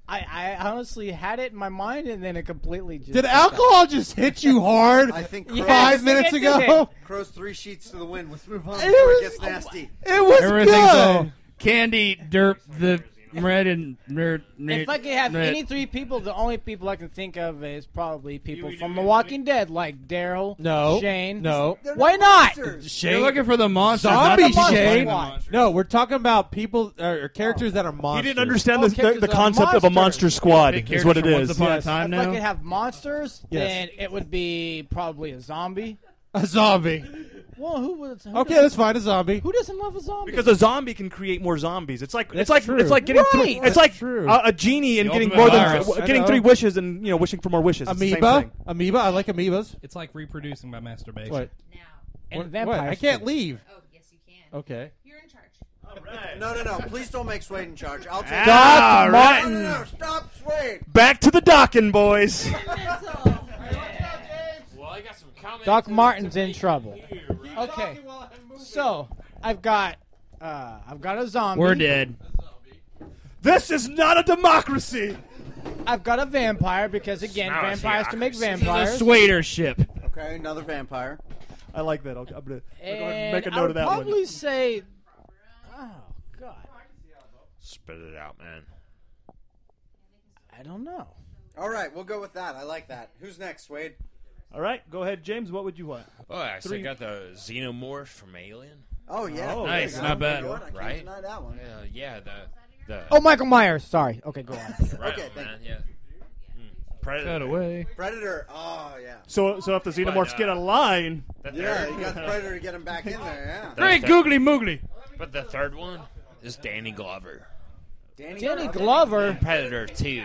S9: I, I honestly had it in my mind, and then it completely just
S3: Did alcohol just hit you hard?
S9: I think
S3: five
S9: [laughs] Yes,
S3: minutes
S9: it
S3: ago.
S7: Crows three sheets to the wind. Let's move on
S3: It
S7: [laughs] before it
S3: was- [laughs]
S7: gets nasty.
S3: It was
S6: Everything's
S3: good.
S6: all candy, dirt, the red and nerd.
S9: If I could have any three people, the only people I can think of is probably people from The Walking Dead, like Daryl,
S3: No,
S9: Shane.
S3: no. They're
S9: why not?
S3: Shane,
S6: Oh. You're looking for the monsters, not
S3: Zombie
S6: the monster
S3: Shane.
S6: squad.
S3: No, we're talking about people uh, or, or characters that are
S8: you
S3: monsters.
S8: didn't understand the, the, the concept of a monster squad is what it is.
S9: if I could have monsters,
S8: Yes.
S9: then it would be probably a zombie.
S3: A zombie.
S9: Well, who was? Who
S3: Okay,
S9: doesn't-
S3: let's find a zombie.
S9: Who doesn't love a zombie?
S8: Because a zombie can create more zombies. It's like
S3: That's
S8: it's like
S3: true.
S8: it's like getting
S9: Right.
S8: three. It's
S9: That's
S8: like
S9: true.
S8: a, a genie and
S9: The
S8: getting
S9: ultimate
S8: more than
S9: virus.
S8: getting
S9: I
S8: three
S9: know.
S8: wishes and you know wishing for more wishes. It's the same
S3: Amoeba.
S8: thing.
S3: Amoeba. I like amoebas.
S11: It's like reproducing by masturbation.
S3: What?
S9: And
S3: What-
S9: vampires
S3: what? I can't
S9: too.
S3: leave.
S12: Oh, yes, you can.
S3: Okay.
S12: You're in charge.
S7: No, no, no. Please don't make Swain in charge. I'll take
S8: Ah,
S7: No,
S8: right.
S7: No, no, no. Stop Swain.
S3: [laughs]
S8: Back to the docking, boys.
S9: Doc Martin's in trouble. Okay, so I've got uh, I've got a zombie.
S6: We're dead.
S8: This is not a democracy.
S9: I've got a vampire because again,
S6: Not a
S9: vampires to make
S6: theocracy.
S9: vampires.
S6: This is a Swader ship.
S7: Okay, another vampire.
S8: I like that. I'll, I'm gonna, I'm gonna
S9: And
S8: make a
S9: I
S8: note
S9: would
S8: of that
S9: probably
S8: one.
S9: say, oh god,
S10: Spit it out, man.
S9: I don't know.
S7: All right, we'll go with that. I like that. Who's next, Wade?
S8: All right, go ahead, James. What would you want?
S10: Oh, I still
S8: Three.
S10: got the xenomorph from Alien.
S7: Oh yeah,
S8: Oh,
S7: there you
S6: nice,
S7: go.
S6: not bad.
S7: You know what? I can't
S10: Right?
S7: deny that one.
S10: Uh, yeah, the the.
S9: Oh, Michael Myers. Sorry. Okay, go
S10: [laughs]
S9: on. [laughs]
S10: Right
S7: Okay,
S10: on,
S7: thank
S10: man. Yeah. Mm.
S8: Predator.
S6: Cut away.
S7: Predator. Oh yeah.
S8: So, so if the xenomorphs
S10: But, uh,
S8: get a line,
S7: Yeah, you got the Predator to get him back in there. Yeah.
S6: Great googly moogly.
S10: But the third one is Danny Glover.
S7: Danny,
S9: Danny Glover.
S10: Predator Two.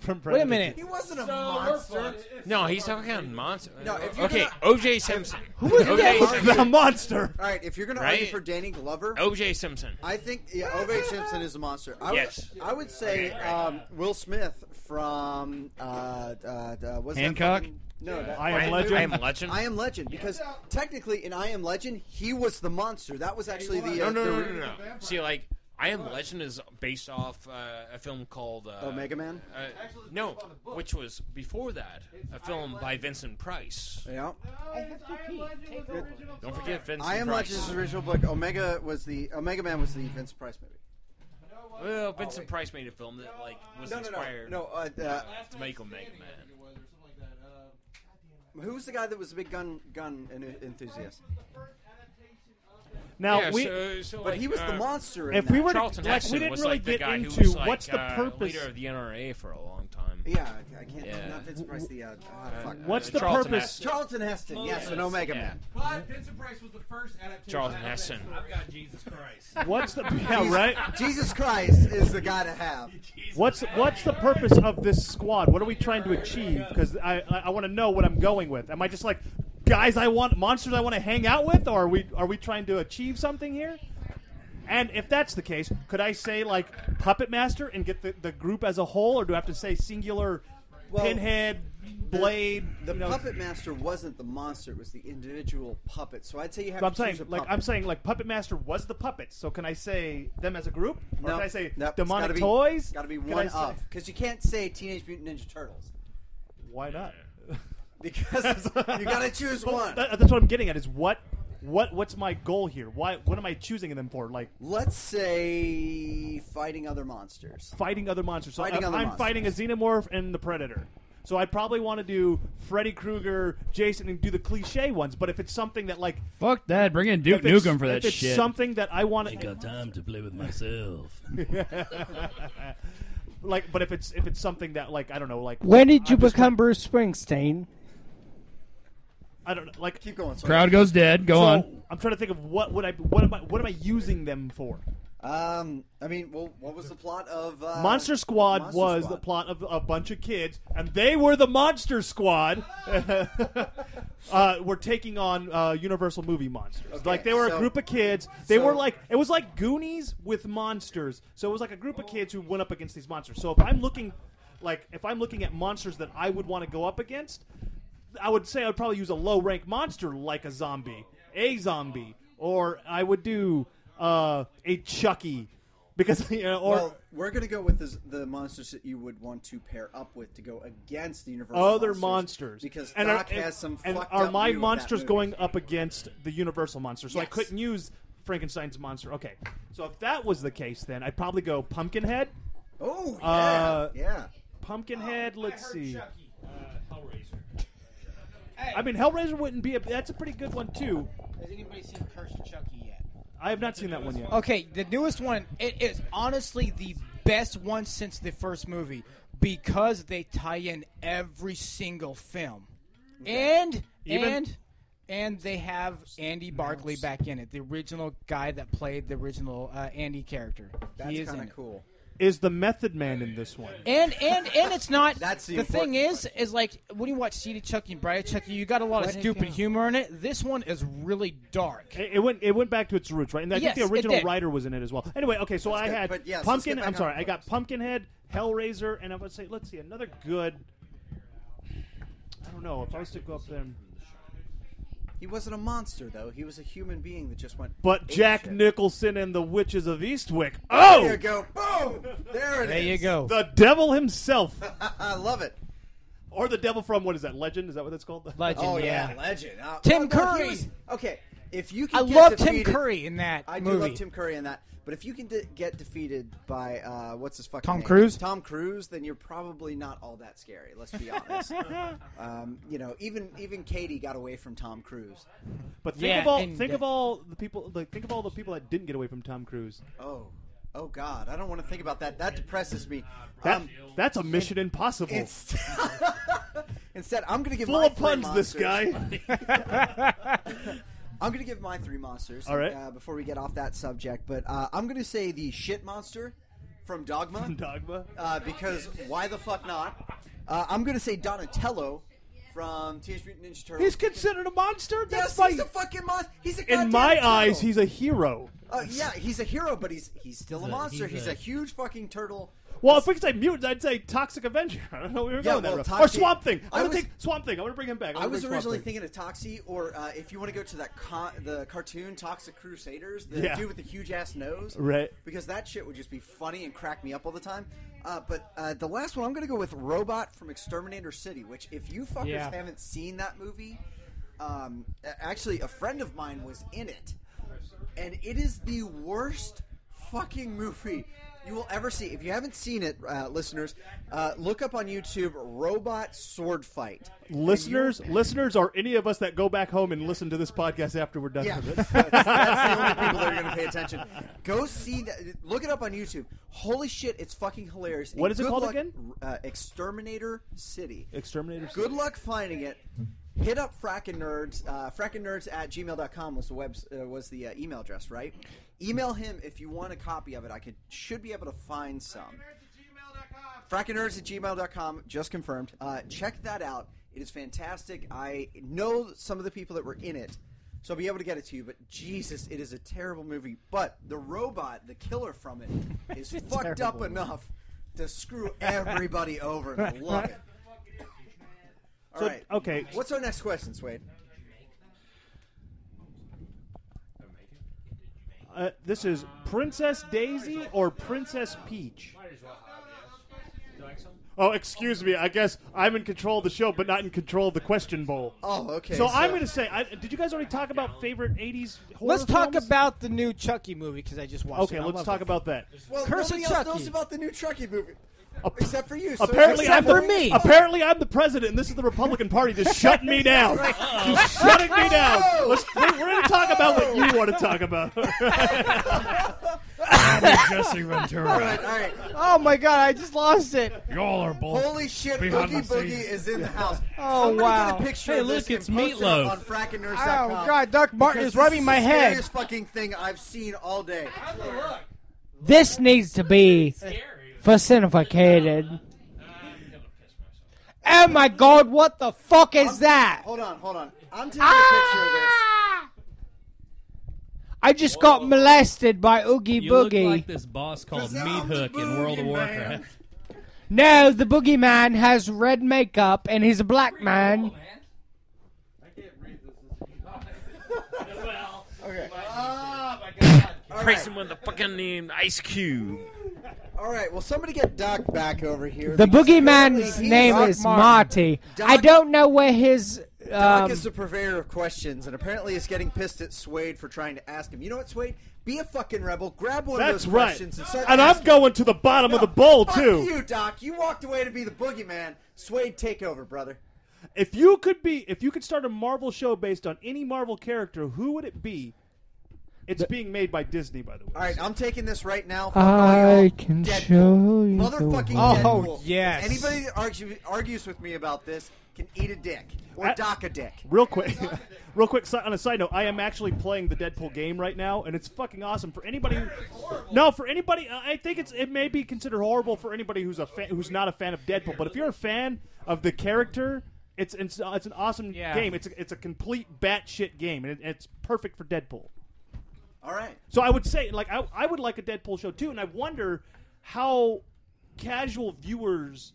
S8: from Predator.
S9: Wait a minute.
S7: He wasn't a monster.
S10: No, he's talking about monster.
S7: No, if you're
S10: okay,
S7: gonna-
S10: O.J. Simpson.
S7: Who is
S10: O.J.
S7: that?
S10: Simpson.
S8: the monster.
S7: All right, if you're gonna argue
S10: Right?
S7: for Danny Glover,
S10: O.J. Simpson.
S7: I think yeah, Ove Simpson is a monster. I would,
S10: Yes.
S7: I would say um, Will Smith from uh, uh, uh, what's
S6: Hancock?
S7: That fucking- no, that-
S8: I Am
S7: that
S8: Legend?
S7: movie?
S10: I Am Legend?
S7: I am Legend because technically in I Am Legend he was the monster. That was actually the
S10: No,
S7: uh,
S10: no,
S7: the-
S10: no, no, no. no. See, like, I Am Legend is based off uh, a film called uh,
S7: Omega Oh, Man?
S10: Uh, no, which was before that, a film by Vincent Price.
S7: Yeah.
S10: Don't forget Vincent.
S7: I Am
S10: Price.
S7: Legend's original book. Omega was the Omega Man was the Vincent Price movie.
S10: Well, Vincent Price made a film that like was
S7: No, no, no,
S10: inspired.
S7: no, uh, uh,
S10: to make Omega Man.
S7: Who was the guy that was the big gun gun en- enthusiast?
S8: Now
S10: Yeah,
S8: we.
S10: so- so,
S7: But
S10: like,
S7: he was the
S10: uh,
S7: monster. In
S8: if we
S7: that.
S8: were to
S10: Charlton
S8: like,
S10: Heston
S8: we didn't
S10: was
S8: really
S10: like the
S8: get
S10: guy who
S8: into
S10: was like,
S8: what's the
S10: uh,
S8: purpose.
S10: leader of the NRA for a long time.
S7: Yeah, I- I can't.
S10: Yeah.
S7: Not Vincent Price. The uh, ah, fuck.
S8: What's the
S7: Charlton
S8: purpose-
S7: Heston. Charlton Heston. yes, an Omega Man.
S3: But Vincent Price was the first adaptation.
S10: Charlton Heston.
S3: I've got Jesus Christ.
S8: What's the [laughs] yeah
S7: Jesus-
S8: right?
S7: Jesus Christ is the guy to have.
S8: What's what's the purpose of this squad? What are we trying to achieve? Because I I, I want to know what I'm going with. Am I just like guys I want monsters I want to hang out with, or are we are we trying to achieve something here? And if that's the case, could I say like Puppet Master and get the, the group as a whole, or do I have to say singular
S7: Well,
S8: Pinhead, Blade?
S7: The
S8: you know?
S7: puppet master wasn't the monster; it was the individual puppet. So I'd say you have.
S8: So I'm
S7: to choose
S8: saying
S7: a
S8: like
S7: puppet.
S8: I'm saying like Puppet Master was the puppets. So can I say them as a group, or
S7: No,
S8: can I say
S7: no, it's
S8: demonic
S7: gotta be-
S8: toys?
S7: Got to be
S8: Can
S7: one
S8: I say-
S7: of, because you can't say Teenage Mutant Ninja Turtles.
S8: Why not? [laughs]
S7: Because you got to choose
S8: Well,
S7: one.
S8: that- that's what I'm getting at. Is what what what's my goal here? Why what am I choosing them for? Like
S7: Let's say fighting other monsters.
S8: fighting other monsters. So
S7: Fighting
S8: I'm,
S7: other
S8: I'm
S7: monsters.
S8: fighting a xenomorph and the predator. So I probably want to do Freddy Krueger, Jason, and do the cliche ones. But if it's something that like
S6: Fuck that. Bring in Duke
S8: if it's-
S6: Nukem for that
S8: if it's
S6: shit.
S8: something that I want
S11: Ain't got time to play with myself.
S8: [laughs] like, but if it's if it's something that like I don't know, like
S5: When did you
S8: I'm just-
S5: become Bruce Springsteen?
S8: I don't know, like keep
S7: going.
S6: Crowd goes dead. Go
S8: so
S6: on.
S8: I'm trying to think of what would I what am I what am I using them for?
S7: Um, I mean, well, what was the plot of uh,
S8: Monster Squad
S7: Monster
S8: was
S7: Squad?
S8: the plot of a bunch of kids, and they were the Monster
S7: [laughs]
S8: Squad. uh, were taking on uh, Universal movie monsters. like they were
S7: so-
S8: a group of kids. They
S7: so-
S8: were like it was like Goonies with monsters. So it was like a group of kids who went up against these monsters. So if I'm looking, like if I'm looking at monsters that I would want to go up against, I would say I'd probably use a low rank monster like a zombie, a zombie, or I would do uh, a Chucky. Because [laughs] you know, Uh, or
S7: well, we're gonna go with the, the monsters that you would want to pair up with to go against the Universal
S8: other monsters,
S7: monsters, because
S8: and
S7: Doc
S8: are, and-
S7: has some
S8: and
S7: fucked
S8: are
S7: up
S8: my
S7: view of that
S8: monsters
S7: movie.
S8: going up against the universal monster so i
S7: Yes.
S8: couldn't use frankenstein's monster okay so if that was the case then i'd probably go pumpkinhead
S7: oh
S11: yeah,
S8: uh,
S7: yeah
S8: pumpkinhead let's see
S11: Hellraiser.
S8: i mean hellraiser wouldn't be a that's a pretty good one too
S9: Has anybody seen Curse of Chucky yet?
S8: i have not seen that one yet
S9: Okay, the newest one. It is honestly the best one since the first movie because they tie in every single film, and
S8: Even-
S9: and and they have Andy Barkley back in it, the original guy that played the original uh, Andy character.
S7: That's
S9: he is in
S7: kinda
S9: it.
S7: cool.
S8: is the method man in this one
S9: And and and it's not. That's
S7: the
S9: the thing is is like when you watch Seedy Chucky and Bright Chucky, you got a lot of
S8: Let it
S9: stupid
S8: go.
S9: humor in it. This one is really dark.
S8: it, it went. It went back to its roots, right? And I
S9: Yes,
S8: think
S9: it
S8: the original
S9: did.
S8: writer was in it as well. Anyway, okay. So
S9: That's
S8: I
S9: good,
S8: had
S9: but yes, let's
S8: pumpkin.
S9: get back
S8: I'm sorry.
S9: on
S8: I got Pumpkinhead, Hellraiser, and I would say, let's see, another good. I don't know if I was to go up there. And,
S7: He wasn't a monster though. He was a human being that just went.
S8: but
S7: ape
S8: Jack
S7: shit.
S8: Nicholson and the Witches of Eastwick. Oh,
S7: There you go. Boom. There it is.
S8: There you go. The devil himself,
S7: [laughs] I love it.
S8: or the devil from what is that? Legend? Is that what that's called?
S9: Legend,
S7: Oh yeah,
S9: yeah.
S7: legend. Uh,
S9: Tim
S7: well, no, he
S9: Curry.
S7: was- okay, if you can,
S9: I
S7: get
S9: love Tim
S7: defeated,
S9: Curry in that
S7: I do
S9: movie.
S7: love Tim Curry in that. But if you can de- get defeated by uh, what's his fucking
S9: Tom
S7: name?
S9: Cruise?
S7: Tom Cruise, then you're probably not all that scary. Let's be
S8: [laughs]
S7: honest. um, you know, even even Katie got away from Tom Cruise.
S8: But think of all. Think of all the people. Like, think of all the people that didn't get away from Tom Cruise.
S7: Oh, oh God, I don't want to think about that. That depresses me.
S8: That,
S7: Um,
S8: that's a Mission Impossible.
S7: It's- Instead, I'm going to give
S8: Full
S7: my
S8: of
S7: three
S8: puns, this
S7: monsters- [laughs]
S8: guy. [laughs]
S7: I'm going to give my three monsters.
S8: All right.
S7: Uh, before we get off that subject, but uh, I'm going to say the shit monster from Dogma.
S8: From Dogma.
S7: Uh, because why the fuck not? Uh, I'm going to say Donatello from Teenage Mutant Ninja Turtles.
S8: He's considered a monster.
S7: Yes,
S8: That's why.
S7: he's a fucking monster. He's a
S8: In
S7: goddamn
S8: my
S7: turtle.
S8: eyes, he's a hero.
S7: Uh, yeah, he's a hero, but he's he's still
S8: He's
S7: a
S8: a-
S7: monster.
S8: he's
S7: He's,
S8: a-
S7: a, huge fucking turtle.
S8: Well, if we could say mutant, I'd say Toxic Avenger. [laughs] I don't know where we were
S7: Yeah,
S8: going
S7: well,
S8: that route. Or
S7: Toxic-
S8: Oh, Swamp Thing.
S7: I
S8: I'm
S7: was-
S8: gonna take Swamp Thing. I'm gonna bring him back. I'm
S7: I
S8: gonna
S7: was
S8: bring Swamp
S7: originally
S8: Thing.
S7: thinking of Toxie, or uh, if you want to go to that con- the cartoon Toxic Crusaders, the
S8: Yeah.
S7: dude with the huge ass nose,
S8: Right.
S7: Because that shit would just be funny and crack me up all the time. Uh, but uh, the last one, I'm going to go with Robot from Exterminator City. Which, if you fuckers
S9: Yeah.
S7: haven't seen that movie, um, a- actually, a friend of mine was in it, and it is the worst fucking movie you will ever see. If you haven't seen it, uh, listeners, uh, look up on YouTube "Robot Sword Fight."
S8: Listeners, listeners are any of us that go back home and listen to this podcast after we're done
S7: Yeah,
S8: with
S7: [laughs] that's,
S8: it.
S7: that's the only people that are going to
S8: [laughs]
S7: pay attention. Go see that. Look it up on YouTube. Holy shit, it's fucking hilarious.
S8: What
S7: And
S8: is it
S7: good
S8: called
S7: luck-
S8: again?
S7: Uh, Exterminator City.
S8: Exterminator
S7: Good luck finding it. Hit up Frackin' Nerds. Uh, Frackin' Nerds at gmail.com was the, web, uh, was the uh, email address, right? Email him if you want a copy of it. I could should be able to find some. Frackinerds at gmail.com, just confirmed. Uh, check that out. It is fantastic. I know some of the people that were in it, so I'll be able to get it to you, but Jesus, it is a terrible movie. But the robot, the killer from it, is fucked up
S9: Terrible.
S7: enough to screw everybody over, and I love it. All
S8: So,
S7: right.
S8: okay.
S7: What's our next question, Swade?
S8: Uh, this is Princess Daisy or Princess Peach. Oh, excuse me. I guess I'm in control of the show, but not in control of the question bowl.
S7: Oh, okay.
S8: So, I'm
S9: so-
S8: going to say, I, did you guys already talk about favorite '80s horror
S9: Let's talk
S8: films?
S9: about the new Chucky movie because I just watched
S8: Okay,
S9: it. I
S8: let's
S9: love
S8: talk
S9: it.
S8: about that.
S7: Well,
S9: Curse of
S7: nobody else
S9: Chucky.
S7: knows about the new Chucky movie. Except for you.
S8: [laughs]
S7: so-
S8: Apparently, I'm the,
S7: Except for me.
S8: apparently I'm the president. and This is the Republican Party just shutting me down.
S7: [laughs] Right.
S8: Just shutting me down.
S7: Oh!
S8: Let's, we're going to talk about what you want to talk about. [laughs]
S9: Jesse Ventura.
S7: all right, all right.
S9: Oh my god, I just lost it.
S11: Y'all are bull.
S7: Holy shit,
S11: Behind
S7: Boogie
S11: the
S7: Boogie
S11: scenes.
S7: is in the house.
S9: [laughs] Oh,
S7: Somebody
S9: wow.
S7: Get a picture
S11: Hey,
S7: of this
S11: look, it's
S7: and post it up
S11: meatloaf.
S7: on frackingnurse.com.
S9: Oh, God, Doc Martin
S7: because
S9: is rubbing
S7: this
S9: my
S7: the
S9: head.
S7: Scariest fucking thing I've seen all day.
S5: This needs to be facinificated. Oh my god, what the fuck is that?
S7: Hold on, hold on. I'm taking a
S9: Ah!
S7: picture of this.
S5: I just got molested by Oogie
S11: You look
S5: Boogie.
S11: like this boss called Meat Hook in World of Warcraft.
S5: No, the boogeyman has red makeup and he's a black man.
S7: Okay. Ah,
S3: Ah,
S10: Praise him with the fucking name Ice Cube.
S7: All right, well, somebody get Doc back over here.
S5: The
S7: because apparently
S5: boogeyman's
S7: he's-
S5: name
S7: Doc
S5: is
S7: Martin.
S5: Marty.
S7: Doc-
S5: I don't know where his.
S7: Doc
S5: Um,
S7: is the purveyor of questions, and apparently is getting pissed at Suede for trying to ask him. You know what, Suede? Be a fucking rebel. Grab one of
S8: That's
S7: those
S8: right.
S7: questions and start
S8: And I'm
S7: asking.
S8: going to the bottom of the bowl,
S7: Fuck
S8: too.
S7: you, Doc. You walked away to be the boogeyman. Suede, take over, brother.
S8: If you could be, if you could start a Marvel show based on any Marvel character, who would it be? It's being made by Disney, by the way.
S7: All right, I'm taking this right now.
S5: Uh-huh.
S7: Fuck all y'all.
S5: um, I can show you.
S7: oh, Motherfucking
S5: the
S7: Deadpool.
S8: Oh,
S5: world. Oh,
S7: If Anybody that argue, argues with me about this can eat a dick or dock a dick.
S8: Real quick, [laughs] real quick. si- On a side note, I am actually playing the Deadpool game right now, and it's fucking awesome for anybody. Who, no, for anybody, I I think it's it may be considered horrible for anybody who's a fan, who's not a fan of Deadpool. But if you're a fan of the character, it's it's, uh, it's an awesome
S9: Yeah.
S8: game. It's a, it's a complete batshit game, and it, it's perfect for Deadpool.
S7: All right.
S8: So I would say, like, I, I would like a Deadpool show too, and I wonder how casual viewers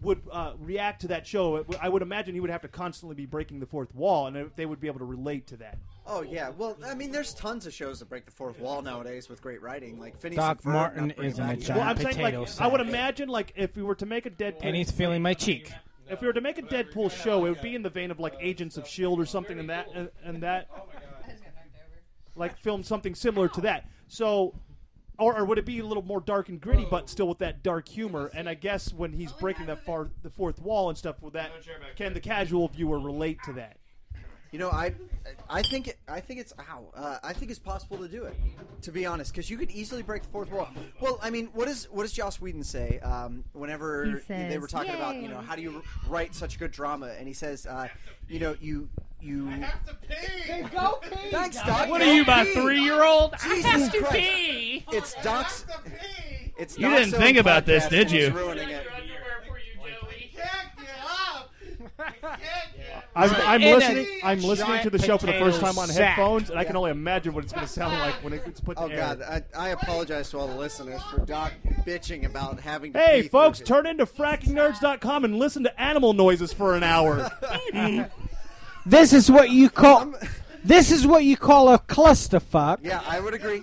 S8: would uh, react to that show. I would imagine he would have to constantly be breaking the fourth wall, and if they would be able to relate to that.
S7: Oh yeah, well, I mean, there's tons of shows that break the fourth wall nowadays with great writing, like Phineas
S9: Doc
S7: and Ferb,
S9: Martin
S7: not bringing
S9: isn't
S7: back-
S9: a
S8: Well, I'm
S9: giant
S8: saying,
S9: potato
S8: like, I
S9: sack.
S8: would imagine, like, if we were to make a Deadpool,
S9: And he's feeling my cheek.
S8: if we were to make a Deadpool show, it would be in the vein of like Agents of Shield E or something, and that and, and that, like, film something similar to that. So. Or, or would it be a little more dark and gritty, but still with that dark humor? And I guess when he's breaking that far, the fourth wall and stuff, with that, can the casual viewer relate to that?
S7: You know, I, I think it, I think it's ow, uh, I think it's possible to do it. To be honest, because you could easily break the fourth wall. Well, I mean, what is what does Joss Whedon say? Um,
S9: He
S7: whenever
S9: says,
S7: they were talking about, you
S9: "Yay."
S7: know, how do you write such good drama? And he says, uh, you know, you you.
S9: Go
S7: Thanks, Doc.
S11: What
S7: Go
S11: are you, my
S7: pee.
S11: three-year-old? I
S7: Jesus
S11: have to
S7: Christ.
S11: pee.
S7: It's Doc's. It's
S11: You
S7: Doc's
S11: didn't
S7: own
S11: think about this,
S7: podcast
S11: did
S7: that's
S11: you?
S7: Ruining it.
S8: I'm,
S7: Right.
S8: I'm
S7: In a
S8: listening. I'm listening
S7: giant
S8: to the show for the first
S7: potato
S8: time on
S7: sack.
S8: headphones, and I can
S7: Yeah.
S8: only imagine what it's going to
S7: [laughs]
S8: sound like when it gets put.
S7: Oh
S8: to
S7: God,
S8: Air.
S7: I, I apologize to all the listeners for Doc bitching about having. To
S8: Hey,
S7: pee
S8: folks,
S7: through
S8: turn into frackingnerds.com and listen to animal noises for an
S7: [laughs]
S8: hour.
S5: This is what you call. Um, This is what you call a clusterfuck.
S7: Yeah, I would agree.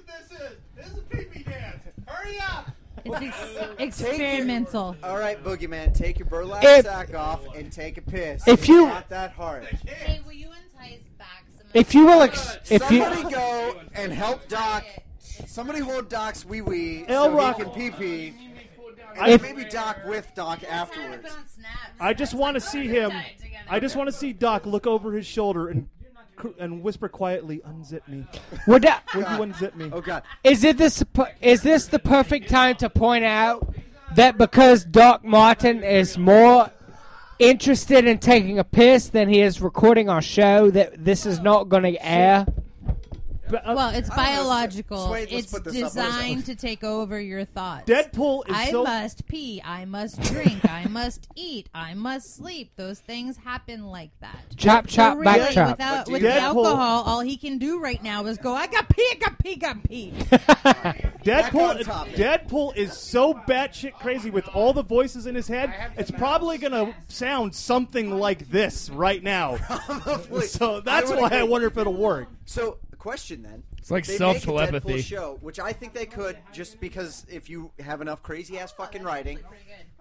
S12: It's ex- experimental.
S7: All right, boogeyman, take your burlap
S5: If-
S7: sack off and take a piss.
S5: if
S7: It's
S5: you-
S7: not that hard.
S5: If you will, ex- if you
S7: Somebody go and help Doc Somebody hold Doc's wee wee
S8: El
S7: so
S8: Rock-
S7: he can pee [laughs] pee.
S8: I-
S7: And maybe Doc with Doc afterwards.
S8: I just want to see him. I just want to see Doc look over his shoulder and cr- and whisper quietly, "Unzip
S7: [laughs]
S8: me."
S5: Would that?
S8: Would you unzip me?
S7: Oh God!
S5: Is it this? per- Is this the perfect time to point out that because Doc Martin is more interested in taking a piss than he is recording our show, that this is not going to air?
S8: uh,
S12: well, it's
S7: I don't know,
S12: biological.
S7: Suede, let's
S12: it's
S7: put this up. What is that?
S12: designed to take over your thoughts.
S8: Deadpool is
S12: I
S8: so-
S12: must pee. I must drink. I must eat. I must sleep. Those things happen like that.
S5: Chop, chop,
S12: So
S5: back
S12: really,
S5: chop.
S12: Without,
S5: But do
S12: with
S5: you-
S12: the
S5: Deadpool-
S12: alcohol, all he can do right now is go. I got pee. I got pee. Got
S8: [laughs]
S12: pee.
S8: Deadpool, Deadpool is so batshit crazy with all the voices in his head. It's probably gonna sound something like this right now. So that's
S7: I would
S8: why I
S7: agree.
S8: wonder if it'll work.
S7: So, question then.
S8: It's like
S7: They make a
S8: self-telepathy.
S7: Deadpool Show, which I think they could, just because if you have enough crazy ass fucking writing.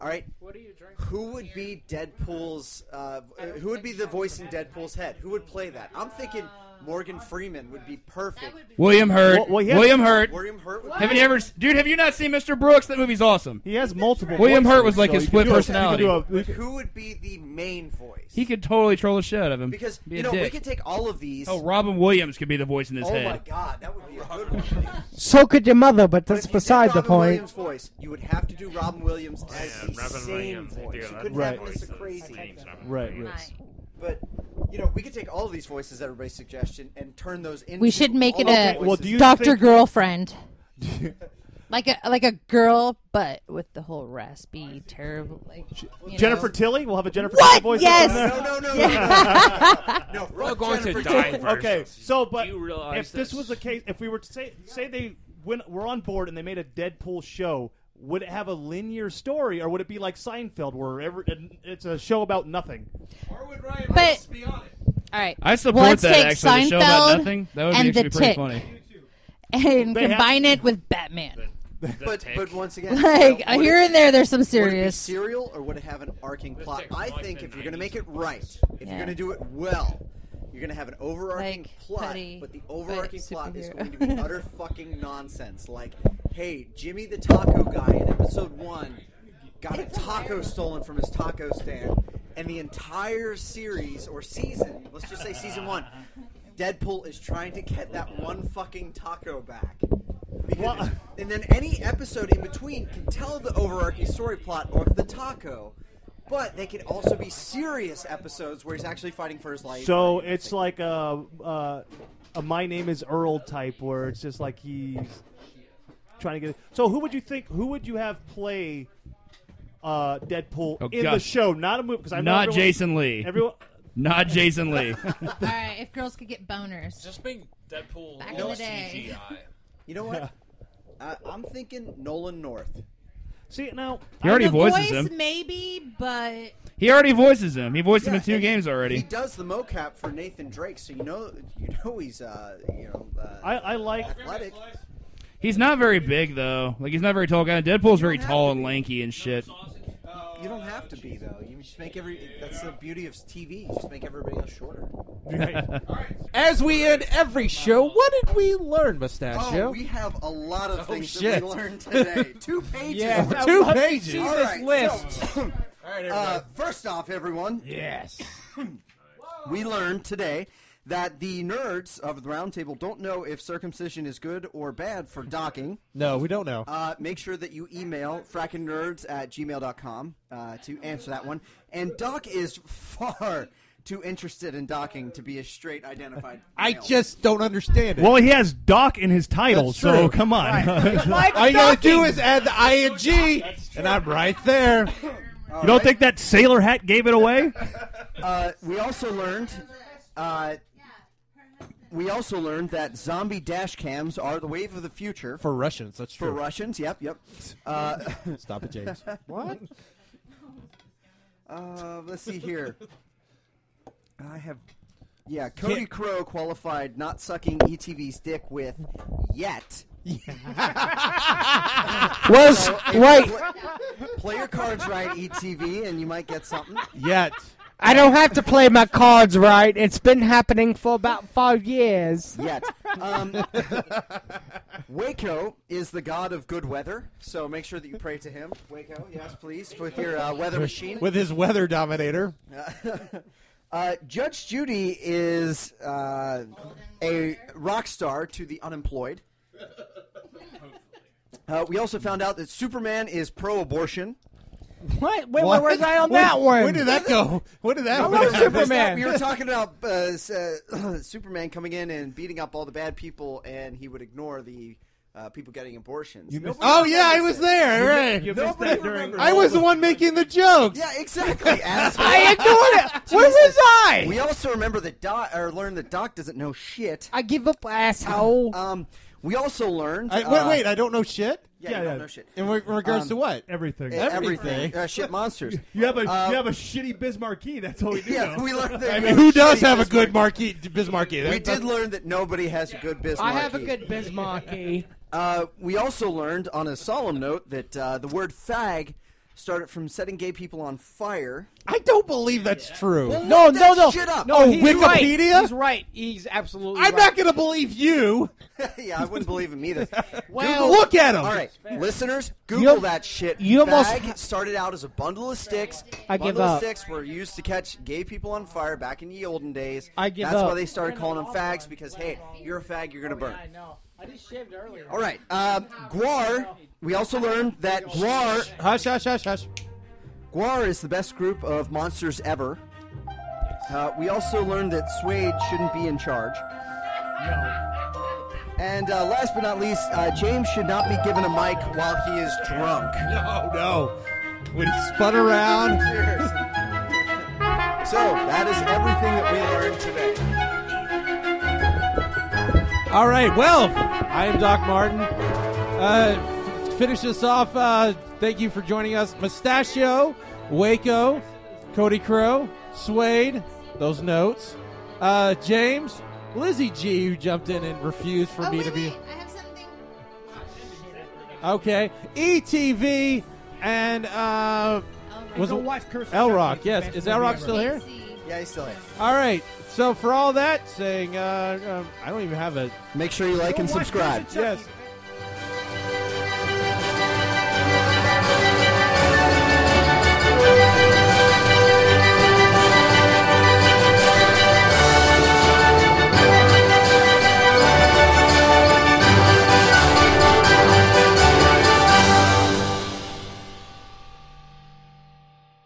S7: All right. What are you drinking? Who would be Deadpool's? Uh, who would be the voice in Deadpool's head? Who would play that? I'm thinking Morgan Freeman would be perfect.
S6: William Hurt.
S7: Well, well, yeah.
S6: William Hurt.
S7: William Hurt would-
S6: Haven't you ever, s- dude? Have you not seen Mr. Brooks? That movie's awesome.
S8: He has multiple.
S6: William
S8: voices,
S6: Hurt was like
S8: so
S6: his
S8: you
S6: split
S8: could do a-
S6: personality.
S8: you could do a-
S7: Who would be the main voice?
S6: he could totally troll the shit out of him.
S7: Because
S6: Be a
S7: you know we
S6: dick.
S7: could take all of these.
S6: Oh, Robin Williams could be the voice in his
S7: Oh
S6: head.
S7: my god, that would be a good one.
S5: So could your mother, but that's beside the
S7: Robin
S5: point.
S7: Williams voice. You would have to do Robin Williams as the
S2: Oh, Robin
S7: same
S2: Williams,
S7: voice.
S2: dude,
S7: You
S2: that's
S7: couldn't
S2: the
S7: have
S2: voice
S7: Mr.
S2: of-
S7: Crazy.
S2: my name's Robin
S8: Right,
S2: Williams.
S8: right.
S7: But you know, we could take all of these voices, everybody's suggestion, and turn those into.
S12: We should make it
S7: all
S12: a
S7: the voices.
S8: [laughs]
S12: doctor girlfriend. [laughs] like a like a girl, but with the whole raspy, terrible. Like, you
S8: Jennifer
S12: know.
S8: Tilly. We'll have a Jennifer
S12: What?
S8: Tilly voice.
S12: Yes.
S8: No,
S12: no, no, [laughs]
S8: [laughs] no,
S7: We're all going
S10: to Jennifer die Tilly. first.
S8: Okay, so but
S10: Do you realize
S8: if this
S10: this?
S8: was the case, if we were to say say they went, were on board and they made a Deadpool show, would it have a linear story, or would it be like Seinfeld, where every, it's a show about nothing?
S12: But all right,
S8: I support
S12: Well, let's
S8: that,
S12: take
S8: actually, the show about
S12: Seinfeld
S8: nothing. That would
S12: and
S8: actually
S12: the
S8: be pretty
S12: tick,
S8: funny.
S12: and
S8: They have-
S12: combine it with Batman.
S7: But, but once again,
S12: [laughs] Like
S7: you know, would
S12: here
S7: it-
S12: and there, there's some
S7: Would it be
S12: serious.
S7: serial or would it have an arcing plot? I think if you're going to make it right, if
S12: Yeah.
S7: you're going to do it well, you're going to have an overarching plot, but the overarching plot is going to be utter fucking nonsense. Like, hey, Jimmy the taco guy in episode one got a taco stolen from his taco stand, and the entire series or season, let's just say season one, Deadpool is trying to get that one fucking taco back. Because, and then any episode in between can tell the overarching story plot of the taco, but they can also be serious episodes where he's actually fighting for his life.
S8: So it's like a, uh a My Name Is Earl type, where it's just like he's trying to get. So who would you think? Who would you have play uh, Deadpool
S6: Oh,
S8: in the
S6: gosh.
S8: show? Not a movie, because I know
S6: Not
S8: everyone-
S6: Jason Lee.
S8: Everyone.
S6: Not Jason
S7: [laughs]
S6: Lee. [laughs]
S12: All right, if girls could get boners,
S10: just make Deadpool
S12: back
S10: all
S12: in the day.
S10: CGI.
S7: You
S8: [laughs]
S7: know what? uh, I'm thinking Nolan North.
S8: See now,
S6: He already
S12: The
S6: voices
S12: voice,
S6: him.
S12: maybe, but
S6: He already voices him. He voiced him
S7: Yeah,
S6: in two
S7: and
S6: games already.
S7: He does the mocap for Nathan Drake, so you know, you know he's, uh, you know, uh,
S8: I, I like
S7: athletic.
S6: He's not very big though. Like he's not very tall guy. Deadpool's very tall and lanky and shit.
S7: You don't have to be though. You just make every. That's the beauty of TV. You just make everybody else shorter. [laughs]
S3: As we end every show, what did we learn,
S7: Oh,
S3: Mustachio?
S7: we have a lot of things that
S3: Oh, shit.
S7: we
S3: [laughs]
S7: learned today. Two pages.
S3: Yeah, Oh, I two love to pages. see
S7: All
S3: this
S7: right,
S3: list.
S7: [clears throat] so, uh, first off, everyone.
S3: Yes.
S7: [clears throat] we learned today that the nerds of the roundtable don't know if circumcision is good or bad for docking.
S3: No, we don't know.
S7: Uh, make sure that you email frackinnerds at gmail.com uh, to answer that one. And Doc is [laughs] far too interested in docking to be a straight identified.
S3: I just don't understand it.
S8: Well, he has Doc in his title,
S3: That's
S8: so
S3: true.
S8: come on. [laughs]
S3: All you gotta do is add the ing, and I'm right
S8: [laughs]
S3: there.
S8: You don't think that sailor hat gave it [laughs] away?
S7: Uh, we also learned. Uh, we also learned that zombie dash cams are the wave of the future
S3: For Russians, that's
S7: For
S3: true.
S7: Russians, yep, yep. Uh,
S3: [laughs] Stop it, James. What?
S7: Uh, let's see here. I have. Yeah, Cody Crow qualified not sucking ETV's dick with
S3: [laughs]
S7: yet. [laughs]
S3: Was-
S7: if
S3: wait.
S7: you pla- play your cards right, ETV, and you might get something.
S3: Yet.
S5: I don't have to play my cards right.
S3: [laughs]
S5: It's been happening for about five years.
S7: Yet. Um, Waco is the god of good weather, so make sure that you pray to him. Waco, yes, please, with your uh, weather machine.
S3: with his weather dominator.
S7: Uh, Judge Judy is uh, a rock star to the unemployed. Uh, we also found out that Superman is pro-abortion.
S2: What? Wait, where was I on that one?
S3: Where did
S2: I love Superman.
S7: We were talking about uh, s- uh, [clears throat] Superman coming in and beating up all the bad people, and he would ignore the uh, people getting abortions. Nobody
S3: oh yeah, I
S7: remembers
S3: was
S7: it.
S3: there. right?
S7: Nobody remembers
S3: I
S7: it.
S3: was the one making the jokes.
S7: Yeah,
S3: [laughs]
S7: exactly. asshole.
S3: I ignored it. [laughs] Where was I?
S7: We also remember that Doc, or learned that Doc doesn't know shit.
S2: I give up, asshole.
S7: Um, we also learned.
S3: I,
S7: uh,
S3: wait, wait, I don't know shit.
S7: Yeah, you don't know shit.
S3: In, re- in regards
S7: Um,
S3: to what?
S8: Everything.
S7: Yeah, everything.
S3: [laughs]
S7: Uh, shit monsters.
S8: You have a
S7: Um,
S8: you have a shitty Bismarcky. That's all we do.
S7: [laughs] Yeah,
S8: know.
S7: we learned that.
S3: I mean, who does have a good marquee? Bismarcky.
S7: We did learn that nobody has a good Bismarcky.
S2: I have a good Bismarcky.
S7: [laughs] Uh, we also learned on a solemn note that uh, the word fag started from setting gay people on fire.
S3: I don't believe that's true.
S7: Well,
S2: No,
S7: look
S2: no,
S7: that
S2: no.
S7: Shit up.
S2: No, Oh, he's right.
S3: Oh, Wikipedia?
S2: He's right. He's absolutely
S3: I'm
S2: right.
S3: not going to believe you.
S7: [laughs] yeah, I wouldn't believe him either.
S2: Well-
S3: Look at him.
S7: All right, listeners, Google that shit.
S2: you almost-
S7: fag started out as a bundle of sticks.
S2: I give
S7: bundle
S2: up.
S7: of sticks were used to catch gay people on fire back in the olden days.
S2: I give
S7: That's
S2: up.
S7: why they started calling them fags because hey, you're a fag, you're gonna burn.
S2: know. Oh, I just shaved earlier.
S7: All right, um, Guar. We also learned that Guar.
S3: Hush, hush, hush, hush.
S7: Guar is the best group of monsters ever. Uh, we also learned that Suede shouldn't be in charge. And uh, last but not least, uh, James should not be given a mic while he is drunk.
S3: No, no. When he spun around.
S7: So that is everything that we learned today.
S3: All right. Well, I am Doc Martin. Uh, f- finish this off. Uh, thank you for joining us, Mustachio, Waco, Cody Crow, Suede. Those notes. Uh, James, Lizzie G, who jumped in and refused
S6: Oh,
S3: for me to be. Okay. ETV and uh, was
S2: Go
S3: it
S2: watch Curse of
S3: L Rock?
S2: Chucky.
S3: Yes.
S2: Best
S3: Is
S2: movie
S3: L Rock
S2: ever.
S3: still here?
S7: Yeah, he's still here.
S3: All right. So for all that, saying uh, um, I don't even have a.
S7: Make sure you like and subscribe.
S3: Yes.